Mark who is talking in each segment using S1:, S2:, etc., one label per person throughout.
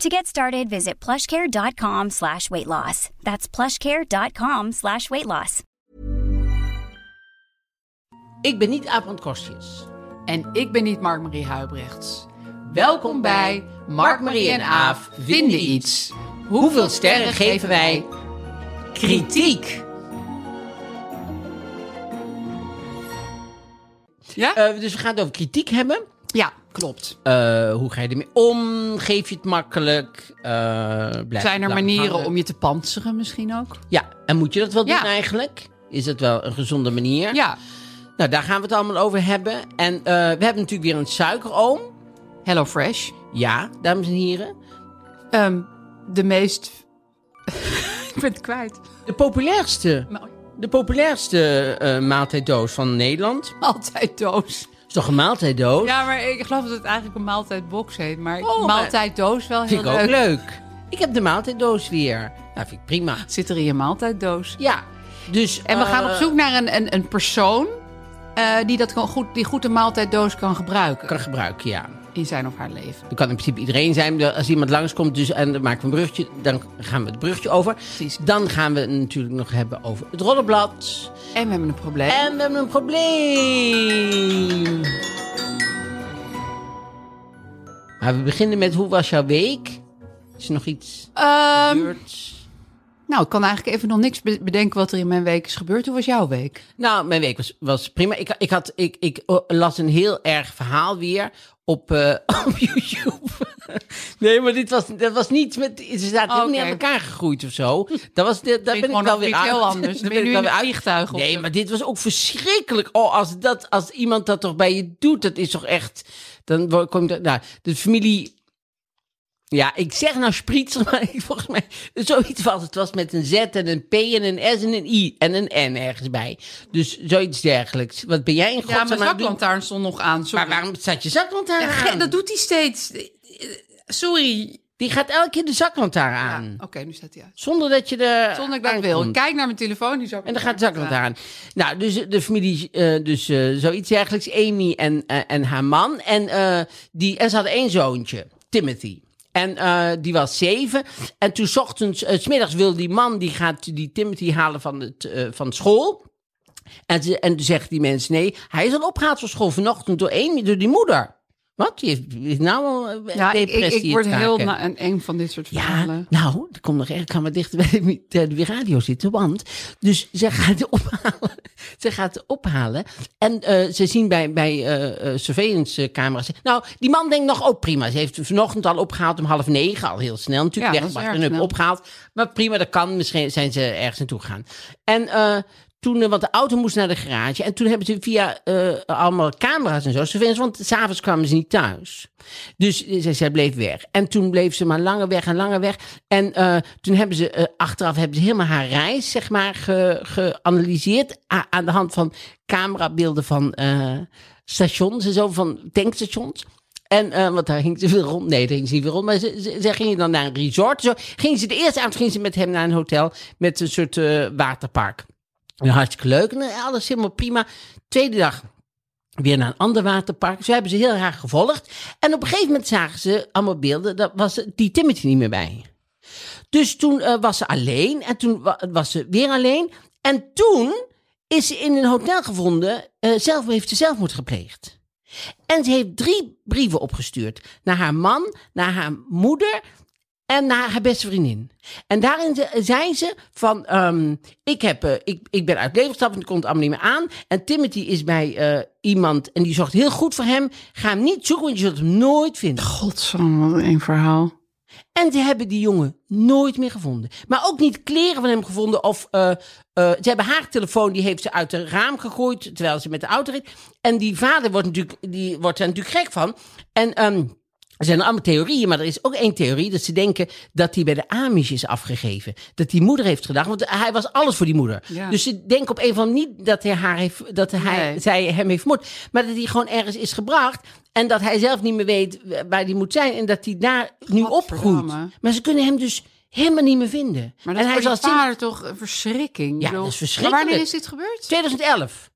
S1: To get started, visit plushcare.com slash weight loss. That's plushcare.com slash weight loss.
S2: Ik ben niet Aap van Kostjes.
S3: En ik ben niet Mark-Marie Huibrechts. Welkom bij Mark-Marie en Aaf vinden iets.
S2: Hoeveel sterren geven wij kritiek?
S3: Ja?
S2: Eh, dus we gaan het over kritiek hebben.
S3: ja, klopt.
S2: Eh, hoe ga je ermee om? Geef je het makkelijk? Eh, blijf
S3: Zijn
S2: het
S3: er
S2: lang
S3: manieren
S2: hangen?
S3: om je te pantseren misschien ook?
S2: Ja, en moet je dat wel
S3: Ja.
S2: doen eigenlijk? Is dat wel een gezonde manier?
S3: Ja.
S2: Nou, daar gaan we het allemaal over hebben. En eh, we hebben natuurlijk weer een suikeroom.
S3: Hello Fresh.
S2: Ja, dames en heren.
S3: Ehm, de meest... ik ben het kwijt.
S2: De populairste,
S3: Nou,
S2: de populairste eh, maaltijddoos van Nederland.
S3: Altijd doos.
S2: Is toch een maaltijddoos?
S3: Ja, maar ik geloof dat het eigenlijk een maaltijdbox heet. Oh, Maar
S2: maar-
S3: maaltijddoos wel heel
S2: Vind ik
S3: leuk.
S2: ook leuk. Ik heb de maaltijddoos weer. Nou, vind ik prima.
S3: Zit er in je maaltijddoos.
S2: Ja, dus...
S3: En we
S2: eh,
S3: gaan op zoek naar een, een, een persoon eh, die, dat kan goed, die goed de maaltijddoos kan gebruiken
S2: Kan gebruiken, ja.
S3: in zijn of haar leven.
S2: Dat kan in principe iedereen zijn. Als iemand langskomt dus, en dan maken we een brugje, dan gaan we het brugje over.
S3: Precies.
S2: Dan gaan we het natuurlijk nog hebben over het rollenblad.
S3: En we hebben een probleem.
S2: En we hebben een probleem. Maar we beginnen met hoe was jouw week? Is er nog iets
S3: Ehm,
S2: gebeurd?
S3: nou, ik kan eigenlijk even nog niks be- bedenken wat er in mijn week is gebeurd. Hoe was jouw week?
S2: Nou, mijn week was, was prima. Ik, ik, had, ik, ik eh, las een heel erg verhaal weer op, eh, op YouTube. nee, maar dit was, dat was niet met... Ze zaten
S3: Oh, Oké.
S2: ook niet aan elkaar gegroeid of zo. Dat was, dat, daar ben ik
S3: gewoon
S2: wel
S3: nog
S2: weer
S3: iets heel
S2: uit.
S3: anders.
S2: Daar
S3: Ben je nu
S2: ik wel
S3: in
S2: weer
S3: een
S2: uit.
S3: vliegtuig of
S2: Nee,
S3: zo?
S2: maar dit was ook verschrikkelijk. Oh, als, dat, als iemand dat toch bij je doet, dat is toch echt... Dan wo- kom je... Nou, de familie... Ja, ik zeg nou spritzer, maar ik, volgens mij zoiets was. Het was met een Z en een P en een S en een I en een N ergens bij. Dus zoiets dergelijks. Wat ben jij in
S3: Ja,
S2: godsnaam
S3: mijn
S2: aan het doen?
S3: zaklantaarn stond nog aan. sorry.
S2: Maar waarom staat je zaklantaarn
S3: Ja, ge-
S2: aan?
S3: dat doet hij steeds. Sorry.
S2: Die gaat elke keer de zaklantaarn
S3: Ja,
S2: aan.
S3: Oké, nu staat hij uit.
S2: Zonder dat je er
S3: Zonder dat ik dat wil.
S2: aankomt.
S3: Ik kijk naar mijn telefoon. Die zak-
S2: En dan gaat de zaklantaarn aan. Nou, dus eh, de familie, eh, dus eh, zoiets dergelijks. Amy en, eh, en haar man. En, eh, die, en ze hadden één zoontje, Timothy. En eh, die was zeven. En toen 's ochtends, eh, 's smiddags wil die man, die gaat die Timothy halen van, het, eh, van school. En, ze, en toen zeggen die mensen, nee, hij is al opgehaald van school vanochtend door Amy, door die moeder. Wat? Die heeft- is nou al eh,
S3: Ja, ik, ik,
S2: depressie
S3: ik word
S2: in het
S3: heel
S2: kaken.
S3: na, een eng van dit soort
S2: Ja,
S3: verhalen.
S2: nou, er komt nog erg. Ik ga maar dichter bij de, mi- de- de radio zitten. Want, dus ze gaat het ophalen. ze gaat het ophalen. En eh, ze zien bij, bij eh, eh, surveillance eh, camera's. Nou, die man denkt nog, oh prima. Ze heeft hem vanochtend al opgehaald om half negen. Al heel snel natuurlijk.
S3: Ja,
S2: Ja,
S3: dat is erg
S2: en heb
S3: snel.
S2: opgehaald. Maar prima, dat kan. Misschien zijn ze ergens naartoe gegaan. En eh, toen, eh, want de auto moest naar de garage. En toen hebben ze via eh, allemaal camera's en zo surveillance. Want s'avonds kwamen ze niet thuis. Dus eh, zij, zij bleef weg. En toen bleef ze maar langer weg en langer weg. En eh, toen hebben ze eh, achteraf hebben ze helemaal haar reis, zeg maar, ge- geanalyseerd. a- aan de hand van camerabeelden van eh, stations en zo, van tankstations. En, eh, want daar hing ze veel rond. Nee, daar hing ze niet veel rond. Maar ze, ze, ze gingen dan naar een resort. Zo. Ging ze de eerste avond ging ze met hem naar een hotel. Met een soort eh, waterpark. En hartstikke leuk. En eh, alles helemaal prima. Tweede dag weer naar een ander waterpark. Zo hebben ze heel graag gevolgd. En op een gegeven moment zagen ze allemaal beelden. Daar was die Timothy niet meer bij. Dus toen eh, was ze alleen. En toen wa- was ze weer alleen. En toen is ze in een hotel gevonden. eh, zelf heeft ze zelfmoord gepleegd. En ze heeft drie brieven opgestuurd. Naar haar man, naar haar moeder en naar haar beste vriendin. En daarin ze- zei ze van, ehm, ik, heb, eh, ik, ik ben uit Leverstap en het komt allemaal niet meer aan. En Timothy is bij eh, iemand en die zorgt heel goed voor hem. Ga hem niet zoeken, want je zult hem nooit vinden.
S3: Godsamme, wat een verhaal.
S2: En ze hebben die jongen nooit meer gevonden. Maar ook niet kleren van hem gevonden. Of eh, eh, ze hebben haar telefoon, die heeft ze uit het raam gegooid. Terwijl ze met de auto reed. En die vader wordt, natuurlijk, die wordt er natuurlijk gek van. En ehm, er zijn allemaal theorieën, maar er is ook één theorie. Dat ze denken dat hij bij de Amish is afgegeven. Dat die moeder heeft gedacht. Want hij was alles voor die moeder.
S3: Ja.
S2: Dus ze denken op een van niet dat, hij haar heeft, dat hij,
S3: Nee.
S2: zij hem heeft vermoord. Maar dat hij gewoon ergens is gebracht. En dat hij zelf niet meer weet waar hij moet zijn. En dat hij daar nu opgroeit.
S3: Gadverdamme.
S2: Maar ze kunnen hem dus helemaal niet meer vinden.
S3: Maar dat
S2: en
S3: is
S2: hij
S3: voor die
S2: sinds
S3: vader toch een verschrikking? Ik
S2: Ja,
S3: bedoel,
S2: dat is
S3: maar
S2: verschrikkelijk.
S3: wanneer is dit gebeurd?
S2: 2011.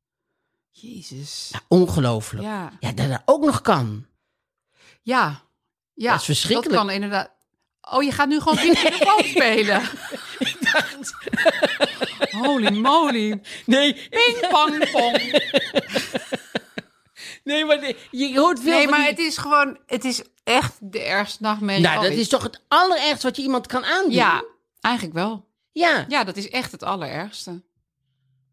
S3: Jezus.
S2: Ongelooflijk. Ja.
S3: Ja.
S2: dat dat ook nog kan.
S3: Ja. ja.
S2: Dat is verschrikkelijk.
S3: Dat kan inderdaad... Oh, je gaat nu gewoon Pieter de Poot spelen. Holy moly.
S2: Nee,
S3: Ping, pang, pong.
S2: nee maar de- je hoort veel
S3: Nee,
S2: van
S3: maar
S2: die-
S3: het is gewoon... Het is echt de ergste nachtmerrie
S2: Nou, dat
S3: ooit.
S2: is toch het allerergst wat je iemand kan aandoen?
S3: Ja, eigenlijk wel.
S2: ja.
S3: Ja, dat is echt het allerergste.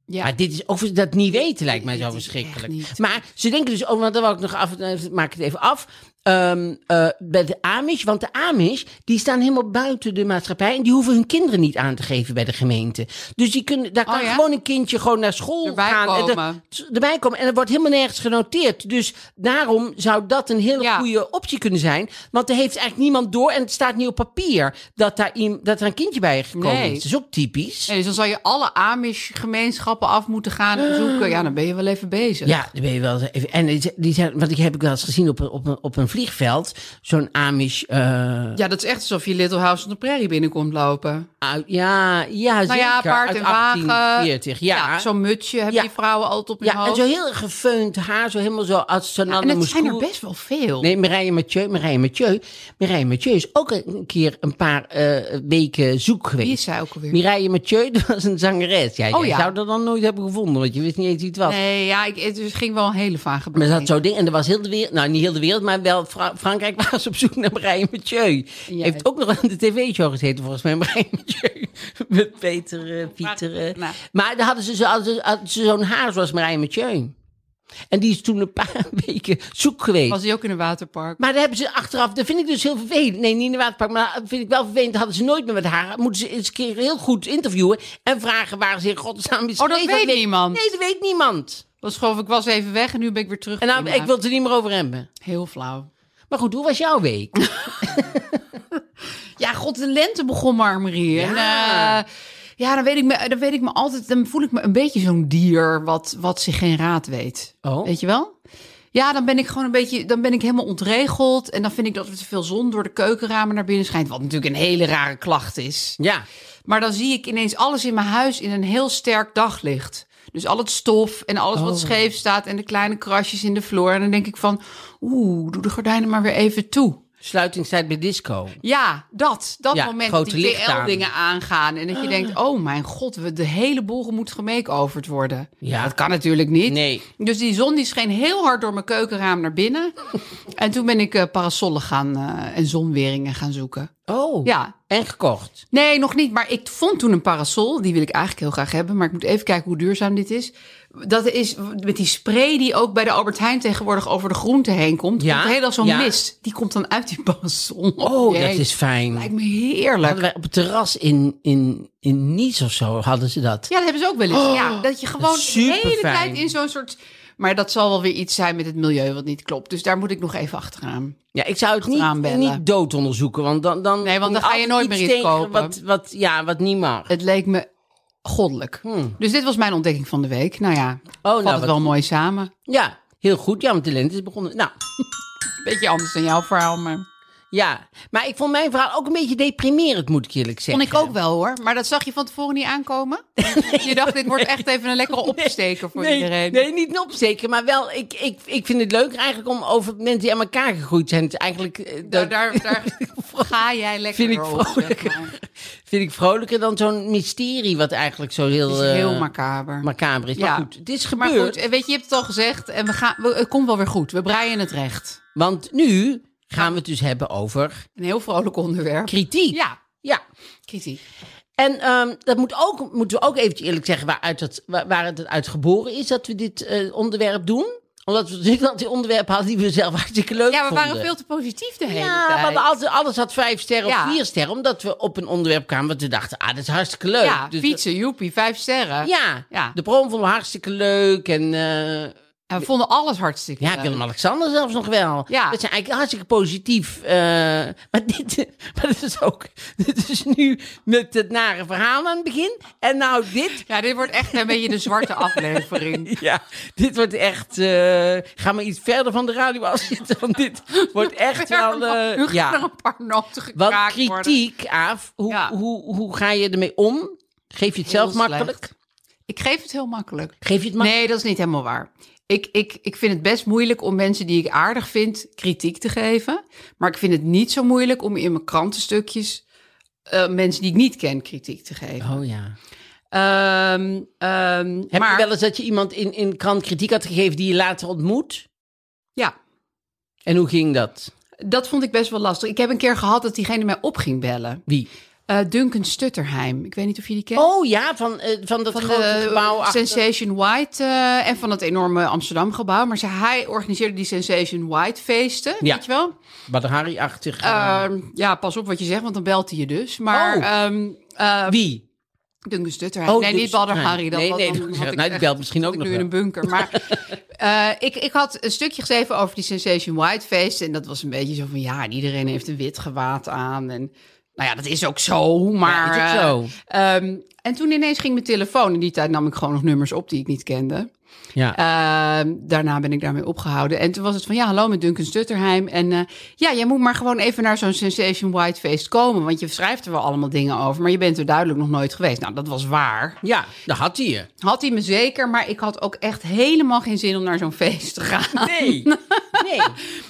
S3: Ja.
S2: Maar dit is over dat niet weten lijkt mij zo
S3: Dit is echt
S2: verschrikkelijk.
S3: niet.
S2: Maar ze denken dus ook, want dan wou ik nog af, eh, maak ik het even af. ehm, eh, bij de Amish, want de Amish die staan helemaal buiten de maatschappij en die hoeven hun kinderen niet aan te geven bij de gemeente. Dus die kunnen, daar kan
S3: Oh ja?
S2: gewoon een kindje gewoon naar school
S3: Erbij
S2: gaan en er-
S3: komen.
S2: t- erbij komen en er wordt helemaal nergens genoteerd. Dus daarom zou dat een hele
S3: Ja.
S2: goede optie kunnen zijn, want er heeft eigenlijk niemand door en het staat niet op papier dat daar iem- dat er een kindje bij gekomen
S3: Nee.
S2: is. Dat is ook typisch.
S3: Nee, dus dan zal je alle Amish-gemeenschappen af moeten gaan en zoeken. Ja, dan ben je wel even bezig.
S2: Ja, dan ben je wel eens even. En die- die zijn, want ik heb ik wel eens gezien op een, op een, op een vliegveld. Zo'n Amish. eh,
S3: Ja, dat is echt alsof je Little House on the Prairie binnenkomt lopen.
S2: uit, ja, ja, zeker.
S3: Nou ja, paard
S2: uit
S3: en wagen.
S2: 1840, ja.
S3: Ja, zo'n mutsje hebben
S2: Ja.
S3: die vrouwen altijd op
S2: ja,
S3: hun
S2: en
S3: hoofd.
S2: zo heel gefeund haar. Zo helemaal zo als zo'n
S3: en
S2: Anne
S3: het zijn er
S2: Moeskoe.
S3: best wel veel.
S2: Nee, Mireille Mathieu, Mireille Mathieu. Mireille Mathieu is ook een keer een paar eh, weken zoek geweest.
S3: Wie is zij ook alweer?
S2: Mireille Mathieu, dat was een zangeres. Ja,
S3: Oh
S2: jij
S3: ja.
S2: zou dat dan nooit hebben gevonden, want je wist niet eens wie het was.
S3: Nee, ja, ik, het dus ging wel een hele vage
S2: Maar
S3: beweging.
S2: dat had zo'n ding. En er was heel de wereld, nou niet heel de wereld, maar wel Fra- Frankrijk was op zoek naar Brian Mathieu.
S3: Ja.
S2: Heeft ook nog aan de tv-show gezeten volgens mij, Brian Mathieu. Met Peter, eh, Pieter. eh.
S3: nou.
S2: Maar daar hadden ze, zo- hadden ze, hadden ze zo'n haar zoals Brian Mathieu. En die is toen een paar weken zoek geweest.
S3: Was die ook in een waterpark?
S2: Maar daar hebben ze achteraf, dat vind ik dus heel vervelend. Nee, niet in de waterpark, maar dat vind ik wel vervelend. Dat hadden ze nooit meer met haar. Moeten ze eens een keer heel goed interviewen en vragen waar ze in godsnaam is
S3: Oh, dat
S2: geweest.
S3: weet niemand.
S2: Nee, dat weet niemand.
S3: Dan schoof ik was even weg en nu ben ik weer terug.
S2: En nou,
S3: Prima.
S2: ik wil het er niet meer over hebben.
S3: Heel flauw.
S2: Maar goed, hoe was jouw week?
S3: Ja, god, de lente begon maar, Marie. En,
S2: Ja.
S3: eh, ja, dan weet, ik me, dan weet ik me altijd... Dan voel ik me een beetje zo'n dier wat, wat zich geen raad weet.
S2: Oh.
S3: Weet je wel? Ja, dan ben ik gewoon een beetje... Dan ben ik helemaal ontregeld. En dan vind ik dat er te veel zon door de keukenramen naar binnen schijnt. Wat natuurlijk een hele rare klacht is.
S2: Ja.
S3: Maar dan zie ik ineens alles in mijn huis in een heel sterk daglicht. Dus al het stof en alles
S2: Oh.
S3: wat scheef staat en de kleine krasjes in de vloer. En dan denk ik van, oeh, doe de gordijnen maar weer even toe.
S2: Sluitingstijd bij disco.
S3: Ja, dat. Dat
S2: Ja,
S3: moment dat
S2: grote
S3: die
S2: licht aan.
S3: TL-dingen aangaan. En dat je denkt, oh mijn god, we- de hele boel moet gemakeoverd worden.
S2: Ja.
S3: Dat kan natuurlijk niet.
S2: Nee.
S3: Dus die zon die scheen heel hard door mijn keukenraam naar binnen. en toen ben ik eh, parasollen gaan eh, en zonweringen gaan zoeken.
S2: Oh.
S3: Ja,
S2: En gekocht.
S3: Nee, nog niet. Maar ik vond toen een parasol. Die wil ik eigenlijk heel graag hebben. Maar ik moet even kijken hoe duurzaam dit is. Dat is met die spray die ook bij de Albert Heijn tegenwoordig over de groente heen komt.
S2: Ja,
S3: Ja. Komt helemaal zo'n
S2: ja.
S3: mist. Die komt dan uit die parasol.
S2: Oh,
S3: Jee,
S2: dat is fijn.
S3: Lijkt me heerlijk.
S2: Hadden wij op het terras in, in, in Nice of zo, hadden ze dat.
S3: Ja, dat hebben ze ook wel eens. ja, dat je gewoon
S2: Oh, is
S3: de hele
S2: superfijn.
S3: tijd in zo'n soort... Maar dat zal wel weer iets zijn met het milieu wat niet klopt. Dus daar moet ik nog even achteraan.
S2: Ja, ik zou het
S3: Achteraan
S2: niet,
S3: bellen.
S2: niet dood onderzoeken, want dan... dan
S3: Nee, want dan ga
S2: altijd
S3: je nooit
S2: iets
S3: meer iets
S2: tegen
S3: kopen.
S2: Wat, wat, ja, wat niet mag.
S3: Het leek me goddelijk. Dus dit was mijn ontdekking van de week. Nou ja,
S2: Hmm. nou,
S3: valt het
S2: wat
S3: wel mooi samen.
S2: Ja, heel goed. Ja, want de lente is begonnen. Nou,
S3: Beetje anders dan jouw verhaal, maar...
S2: ja. Maar ik vond mijn verhaal ook een beetje deprimerend, moet ik eerlijk zeggen.
S3: Vond ik ook wel hoor. Maar dat zag je van tevoren niet aankomen. je dacht, dit wordt echt even een lekkere opsteker voor
S2: nee,
S3: iedereen.
S2: Nee, niet een opsteker, maar wel, ik, ik, ik vind het leuk eigenlijk om over mensen die aan elkaar gegroeid zijn. Het is eigenlijk, eh,
S3: Daar,
S2: dat
S3: daar, daar ga jij lekker
S2: Vind ik
S3: op, zeg
S2: vrolijker.
S3: maar.
S2: vind ik vrolijker dan zo'n mysterie, wat eigenlijk zo heel,
S3: Het is heel
S2: eh,
S3: macaber.
S2: macaber is.
S3: Ja.
S2: Maar goed, het is
S3: Maar eh,
S2: gebeurd.
S3: goed, weet je, je hebt het al gezegd. En we gaan, we, het komt wel weer goed. We breien het recht.
S2: Want nu gaan we het dus hebben over
S3: Een heel vrolijk onderwerp.
S2: kritiek.
S3: Ja,
S2: Ja.
S3: kritiek.
S2: En ehm, dat moet ook, moeten we ook eventjes eerlijk zeggen waaruit het, waar, waar het uit geboren is dat we dit eh, onderwerp doen. Omdat we natuurlijk altijd onderwerpen hadden die we zelf hartstikke leuk
S3: Ja, we
S2: vonden.
S3: waren veel te positief de hele
S2: Ja,
S3: tijd.
S2: want alles, alles had vijf sterren
S3: Ja.
S2: of vier sterren. Omdat we op een onderwerp kwamen wat we dachten, ah, dat is hartstikke leuk.
S3: Ja,
S2: Dus dat-
S3: fietsen, joepie, vijf sterren.
S2: Ja,
S3: Ja.
S2: de prom vonden we hartstikke leuk. En eh,
S3: En we vonden alles hartstikke
S2: ja,
S3: leuk.
S2: Willem-Alexander zelfs nog wel.
S3: Ja.
S2: Dat zijn eigenlijk hartstikke positief. eh, maar dit maar dit is ook... Dit is nu met het nare verhaal aan het begin. En nou dit.
S3: Ja, dit wordt echt een beetje de zwarte aflevering.
S2: Ja, dit wordt echt... eh, ga maar iets verder van de radio afzitten. Want dit wordt echt wel... eh,
S3: nu gaan er
S2: ja.
S3: een paar noten
S2: Want
S3: gekraakt worden.
S2: kritiek, Aaf, hoe,
S3: Ja.
S2: hoe, hoe ga je ermee om? Geef je het
S3: Heel
S2: zelf makkelijk?
S3: slecht. Ik geef het heel makkelijk.
S2: Geef je het makkelijk?
S3: Nee, dat is niet helemaal waar. Ik, ik, ik vind het best moeilijk om mensen die ik aardig vind kritiek te geven. Maar ik vind het niet zo moeilijk om in mijn krantenstukjes eh, mensen die ik niet ken kritiek te geven.
S2: Oh ja.
S3: Ehm, ehm,
S2: Heb
S3: maar,
S2: je wel eens dat je iemand in, in krant kritiek had gegeven die je later ontmoet?
S3: Ja,
S2: En hoe ging dat?
S3: dat vond ik best wel lastig. Ik heb een keer gehad dat diegene mij op ging bellen.
S2: Wie?
S3: Eh, Duncan Stutterheim. Ik weet niet of jullie die kennen.
S2: Oh ja, van, eh, van dat
S3: van
S2: grote
S3: de
S2: gebouw achter.
S3: Sensation White eh, en van het enorme Amsterdam gebouw. Maar ze, hij organiseerde die Sensation White feesten,
S2: Ja.
S3: weet je wel?
S2: Badr Hari-achtig.
S3: Ehm, ja, pas op wat je zegt, want dan belt hij je dus. Maar
S2: Oh.
S3: ehm, eh,
S2: Wie?
S3: Duncan Stutter.
S2: Oh,
S3: nee,
S2: dus-
S3: niet Badr
S2: nee.
S3: Hari. Dat
S2: Nee,
S3: was-
S2: nee,
S3: dan
S2: dat-
S3: had
S2: nou,
S3: ik
S2: die
S3: echt-
S2: belt misschien
S3: zat
S2: ook
S3: ik
S2: nog
S3: nu in
S2: wel.
S3: een bunker. Maar eh, ik, ik had een stukje geschreven over die Sensation White feesten. En dat was een beetje zo van, ja, en iedereen heeft een wit gewaad aan. En nou ja, dat is ook zo, maar...
S2: Ja, is ook
S3: eh,
S2: zo.
S3: ehm, en toen ineens ging mijn telefoon. In die tijd nam ik gewoon nog nummers op die ik niet kende.
S2: Ja.
S3: Ehm, daarna ben ik daarmee opgehouden. En toen was het van, ja, hallo met Duncan Stutterheim. En eh, ja, jij moet maar gewoon even naar zo'n Sensation White feest komen. Want je schrijft er wel allemaal dingen over, maar je bent er duidelijk nog nooit geweest. Nou, dat was waar.
S2: ja, dat had hij je.
S3: Had hij me zeker, maar ik had ook echt helemaal geen zin om naar zo'n feest te gaan.
S2: Nee. nee.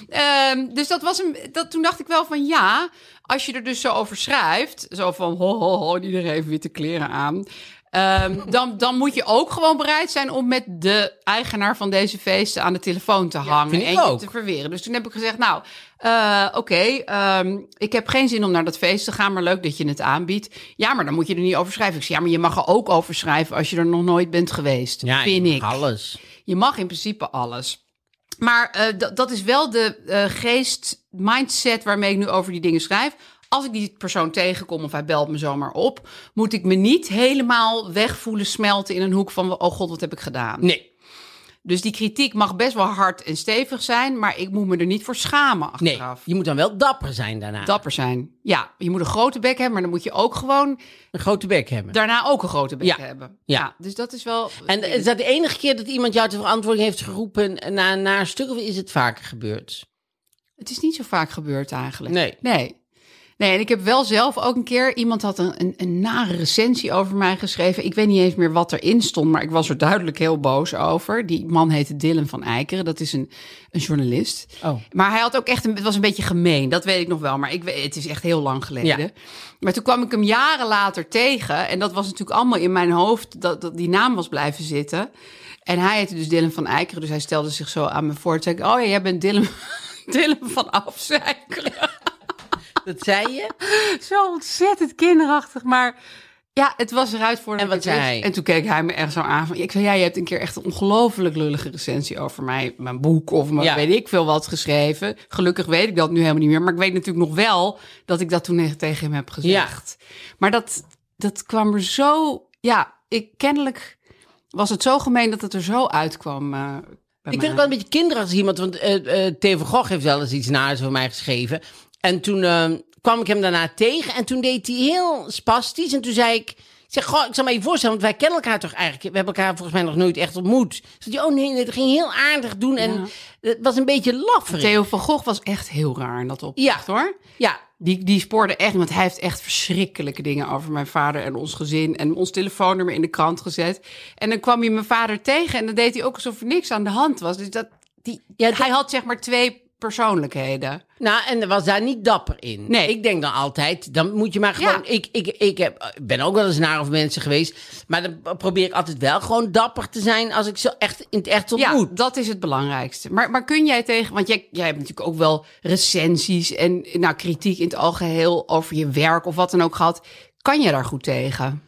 S3: Ehm, dus dat was een, dat, toen dacht ik wel van ja, als je er dus zo over schrijft, zo van ho, ho, ho, iedereen heeft witte kleren aan. ehm, dan, dan moet je ook gewoon bereid zijn om met de eigenaar van deze feesten aan de telefoon te hangen
S2: vind ik
S3: en je
S2: ook.
S3: te verweren. Dus toen heb ik gezegd, nou, eh, oké, ehm, ik heb geen zin om naar dat feest te gaan, maar leuk dat je het aanbiedt. Ja, maar dan moet je er niet over schrijven. Ik zei, ja, maar je mag er ook over schrijven als je er nog nooit bent geweest,
S2: Ja,
S3: vind ik.
S2: Alles.
S3: Je mag in principe alles. Maar eh, dat- dat is wel de eh, geest, mindset waarmee ik nu over die dingen schrijf. Als ik die persoon tegenkom of hij belt me zomaar op, moet ik me niet helemaal wegvoelen, smelten in een hoek van: oh god, wat heb ik gedaan?
S2: Nee.
S3: Dus die kritiek mag best wel hard en stevig zijn, maar ik moet me er niet voor schamen
S2: Nee.
S3: achteraf.
S2: Je moet dan wel dapper zijn daarna.
S3: Dapper zijn. Ja, je moet een grote bek hebben, maar dan moet je ook gewoon
S2: Een grote bek hebben.
S3: daarna ook een grote bek
S2: Ja,
S3: hebben.
S2: ja.
S3: dus dat is wel.
S2: en is dat de enige keer dat iemand jou ter verantwoording heeft geroepen na, na een stuk? Of is het vaker gebeurd?
S3: Het is niet zo vaak gebeurd eigenlijk.
S2: Nee.
S3: Nee. Nee, en ik heb wel zelf ook een keer... Iemand had een, een, een nare recensie over mij geschreven. Ik weet niet eens meer wat erin stond, maar ik was er duidelijk heel boos over. Die man heette Dylan van Eikeren. Dat is een, een journalist.
S2: Oh.
S3: Maar hij had ook echt... Een, het was een beetje gemeen, dat weet ik nog wel. Maar ik, weet- het is echt heel lang geleden.
S2: Ja.
S3: Maar toen kwam ik hem jaren later tegen. En dat was natuurlijk allemaal in mijn hoofd, dat, dat die naam was blijven zitten. En hij heette dus Dylan van Eikeren. Dus hij stelde zich zo aan me voor. Toen zei ik, oh ja, jij bent Dylan, Dylan van Afzeikeren.
S2: Dat zei je?
S3: Zo ontzettend kinderachtig, maar ja, het was eruit voor
S2: En wat zei hij?
S3: En toen keek hij me echt zo aan van, ik zei, ja, je hebt een keer echt een ongelooflijk lullige recensie over mij, mijn boek of mijn,
S2: Ja.
S3: weet ik veel wat geschreven. Gelukkig weet ik dat nu helemaal niet meer, maar ik weet natuurlijk nog wel dat ik dat toen tegen hem heb gezegd. Maar dat, dat kwam er zo, ja, ik kennelijk was het zo gemeen dat het er zo uitkwam. eh, bij
S2: Ik
S3: mij.
S2: vind het wel een beetje kinderachtig iemand, want eh eh Theo van Gogh heeft wel eens iets naars voor mij geschreven. En toen eh, kwam ik hem daarna tegen en toen deed hij heel spastisch. En toen zei ik, ik zeg, goh, ik zal me even voorstellen, want wij kennen elkaar toch eigenlijk. We hebben elkaar volgens mij nog nooit echt ontmoet. Toen zei hij, oh nee, nee, dat ging heel aardig doen en het was een beetje lafferig.
S3: Theo van Gogh was echt heel raar in dat opzicht,
S2: Ja.
S3: hoor.
S2: Ja,
S3: Die, die spoorde echt, want hij heeft echt verschrikkelijke dingen over mijn vader en ons gezin en ons telefoonnummer in de krant gezet. En dan kwam hij mijn vader tegen en dan deed hij ook alsof er niks aan de hand was. Dus dat, die,
S2: Ja, dat-
S3: hij had zeg maar twee persoonlijkheden.
S2: Nou, en was daar niet dapper in.
S3: Nee.
S2: Ik denk dan altijd, dan moet je maar gewoon...
S3: Ja.
S2: Ik, ik, ik heb, ik ben ook wel eens naar of mensen geweest. Maar dan probeer ik altijd wel gewoon dapper te zijn als ik ze echt in het echt ontmoet.
S3: Ja, dat is het belangrijkste. Maar, maar kun jij tegen... Want jij, jij hebt natuurlijk ook wel recensies en nou, kritiek in het algeheel over je werk of wat dan ook gehad. Kan je daar goed tegen?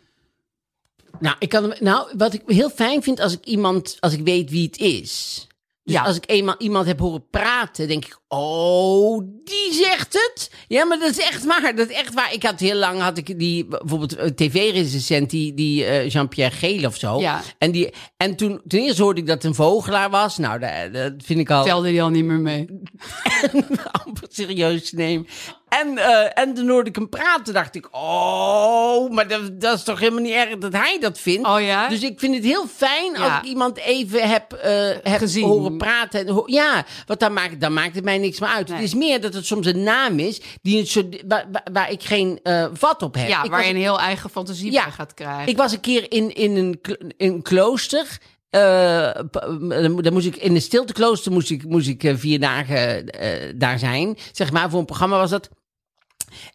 S2: Nou, ik kan, hem- nou, wat ik heel fijn vind als ik iemand, als ik weet wie het is. Dus
S3: Ja.
S2: als ik eenmaal iemand heb horen praten, denk ik, oh, die zegt het. Ja, maar dat is echt waar. Dat is echt waar. Ik had heel lang, had ik die, bijvoorbeeld eh, tv-recensent, die, die eh, Jean-Pierre Geel of zo.
S3: Ja.
S2: En, die, en toen, ten eerste hoorde ik dat het een vogelaar was. Nou, dat, dat vind ik al
S3: Telde die al niet meer mee?
S2: amper serieus te nemen. En, eh, en toen hoorde ik hem praten, dacht ik, oh, maar dat, dat is toch helemaal niet erg dat hij dat vindt.
S3: Oh ja?
S2: Dus ik vind het heel fijn
S3: Ja.
S2: als ik iemand even heb, eh, heb
S3: Gezien.
S2: horen praten. En ho- ja, want dan maakt, dan maakt het mij niks meer uit. Het is meer dat het soms een naam is die een soort, waar, waar- waar ik geen eh, vat op heb.
S3: Ja,
S2: ik
S3: waar
S2: was-
S3: je een heel eigen fantasie bij gaat krijken.
S2: ik was een keer in, in, een, kl- in een klooster. eh, p- dan mo- dan moest ik in een stilteklooster moest ik, moest ik eh, vier dagen eh, daar zijn. Zeg maar, voor een programma was dat.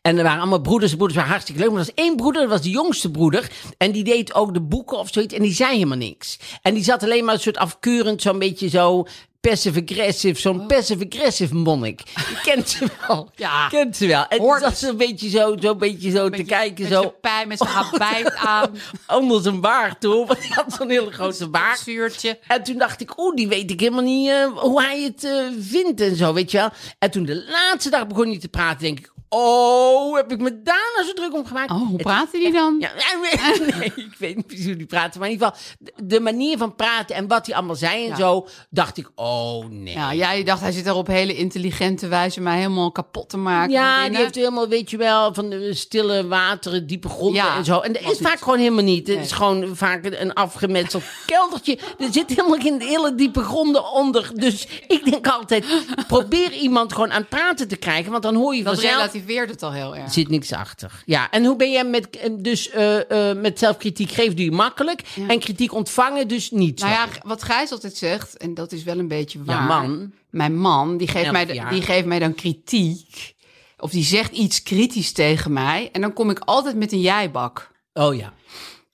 S2: En er waren allemaal broeders. De broeders waren hartstikke leuk. Maar er was één broeder, dat was de jongste broeder. En die deed ook de boeken of zoiets. En die zei helemaal niks. En die zat alleen maar een soort afkeurend, zo'n beetje zo passive-aggressive. Zo'n passive-aggressive monnik. Je kent ze wel.
S3: Oh. Ja.
S2: Kent ze wel. En
S3: Hoort.
S2: die zat zo'n beetje zo, zo'n beetje zo te kijken.
S3: met
S2: zo.
S3: zijn pij, met zijn habijt aan,
S2: Anders een baard toe, want hij had zo'n hele grote baard.
S3: zuurtje.
S2: En toen dacht ik, oeh, die weet ik helemaal niet eh, hoe hij het eh, vindt en zo, weet je wel. En toen de laatste dag begon hij te praten, denk ik, oh, heb ik me daar nou zo druk om gemaakt?
S3: Oh, hoe
S2: Het-
S3: praatte die dan?
S2: ja, nee, ik weet niet precies hoe die praten, maar in ieder geval, de- de manier van praten en wat hij allemaal zei en
S3: Ja.
S2: zo, dacht ik, oh nee.
S3: Ja, jij dacht, hij zit daar op hele intelligente wijze mij helemaal kapot te maken. van
S2: Ja, die
S3: binnen.
S2: heeft helemaal, weet je wel, van de stille wateren, diepe gronden
S3: Ja,
S2: en zo. En dat
S3: was
S2: is vaak
S3: niet.
S2: gewoon helemaal niet. Het
S3: Nee.
S2: is gewoon vaak een- een afgemetseld keldertje. Er zit helemaal geen hele diepe gronden onder. Dus ik denk altijd, probeer iemand gewoon aan het praten te krijgen. Want dan hoor je
S3: Dat
S2: vanzelf,
S3: relativeert het al heel
S2: er
S3: erg.
S2: zit niks achter. Ja, en hoe ben jij met, eh, dus, eh, eh, met zelfkritiek? Geef doe je makkelijk. En kritiek ontvangen dus niet.
S3: Nou
S2: zo.
S3: ja, wat Gijs altijd zegt, en dat is wel een beetje waar.
S2: man.
S3: Mijn man, die geeft,
S2: Elf
S3: mij, de-
S2: jaar.
S3: die geeft mij dan kritiek. Of die zegt iets kritisch tegen mij. En dan kom ik altijd met een jijbak.
S2: Oh ja.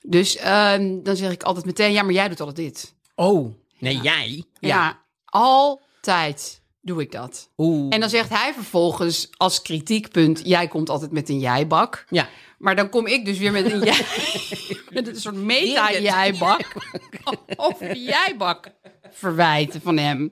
S3: Dus ehm, dan zeg ik altijd meteen, ja, maar jij doet altijd dit.
S2: Oh, nee, jij?
S3: Ja, altijd doe ik dat.
S2: Oeh.
S3: En dan zegt hij vervolgens als kritiekpunt, jij komt altijd met een jijbak.
S2: Ja.
S3: Maar dan kom ik dus weer met een jij, met een soort meta-jijbak over de jijbak verwijten van hem.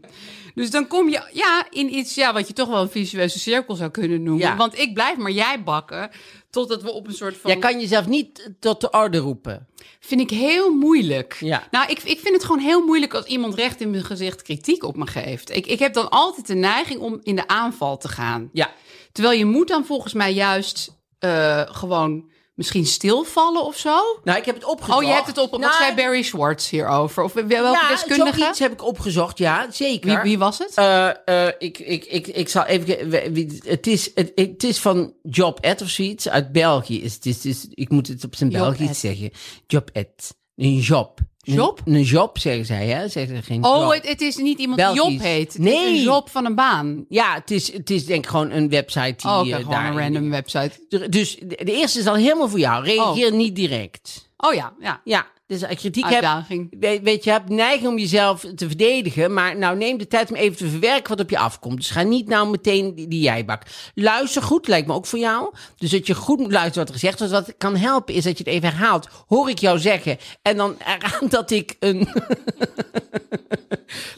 S3: Dus dan kom je ja, in iets ja, wat je toch wel een visueuze cirkel zou kunnen noemen.
S2: Ja.
S3: Want ik blijf maar jij bakken totdat we op een soort van...
S2: Jij kan jezelf niet tot de orde roepen.
S3: Vind ik heel moeilijk.
S2: Ja.
S3: Nou, ik, ik vind het gewoon heel moeilijk als iemand recht in mijn gezicht kritiek op me geeft. Ik, ik heb dan altijd de neiging om in de aanval te gaan.
S2: Ja.
S3: Terwijl je moet dan volgens mij juist eh, gewoon misschien stilvallen of zo.
S2: Nou, ik heb het opgezocht.
S3: Oh, je hebt het op. Wat
S2: Nou,
S3: zei Barry Schwartz hierover? Of wel- welke
S2: ja,
S3: deskundige?
S2: zoiets heb ik opgezocht, ja, zeker.
S3: Wie, wie was het?
S2: Eh, eh, ik, ik, ik, ik zal even... ke- we- wie- Het is, het, het is van Job Ed of zoiets uit België. Is, het is, is, ik moet het op zijn
S3: Job
S2: Belgisch
S3: Ed.
S2: zeggen. Job Ed. Een job. Een-
S3: Job?
S2: Een, job, zeggen zij, hè? Zeggen ze geen
S3: oh,
S2: job.
S3: het, het is niet iemand
S2: Belgisch.
S3: die Job heet. Het
S2: Nee.
S3: is een Job van een baan.
S2: Ja, het is, het is denk ik gewoon een website die
S3: Oh, oké,
S2: eh,
S3: gewoon
S2: daar...
S3: een random Oh. website.
S2: Dus de, de eerste is al helemaal voor jou. Reageer niet direct.
S3: Oh ja, ja.
S2: Ja, dus als je kritiek
S3: Uitdaging.
S2: hebt, weet, weet je, je hebt neiging om jezelf te verdedigen, maar nou neem de tijd om even te verwerken wat op je afkomt. Dus ga niet nou meteen die, die jijbak. Luister goed, lijkt me ook voor jou. Dus dat je goed moet luisteren wat er gezegd wordt. Wat kan helpen is dat je het even herhaalt. Hoor ik jou zeggen en dan eraan dat ik een...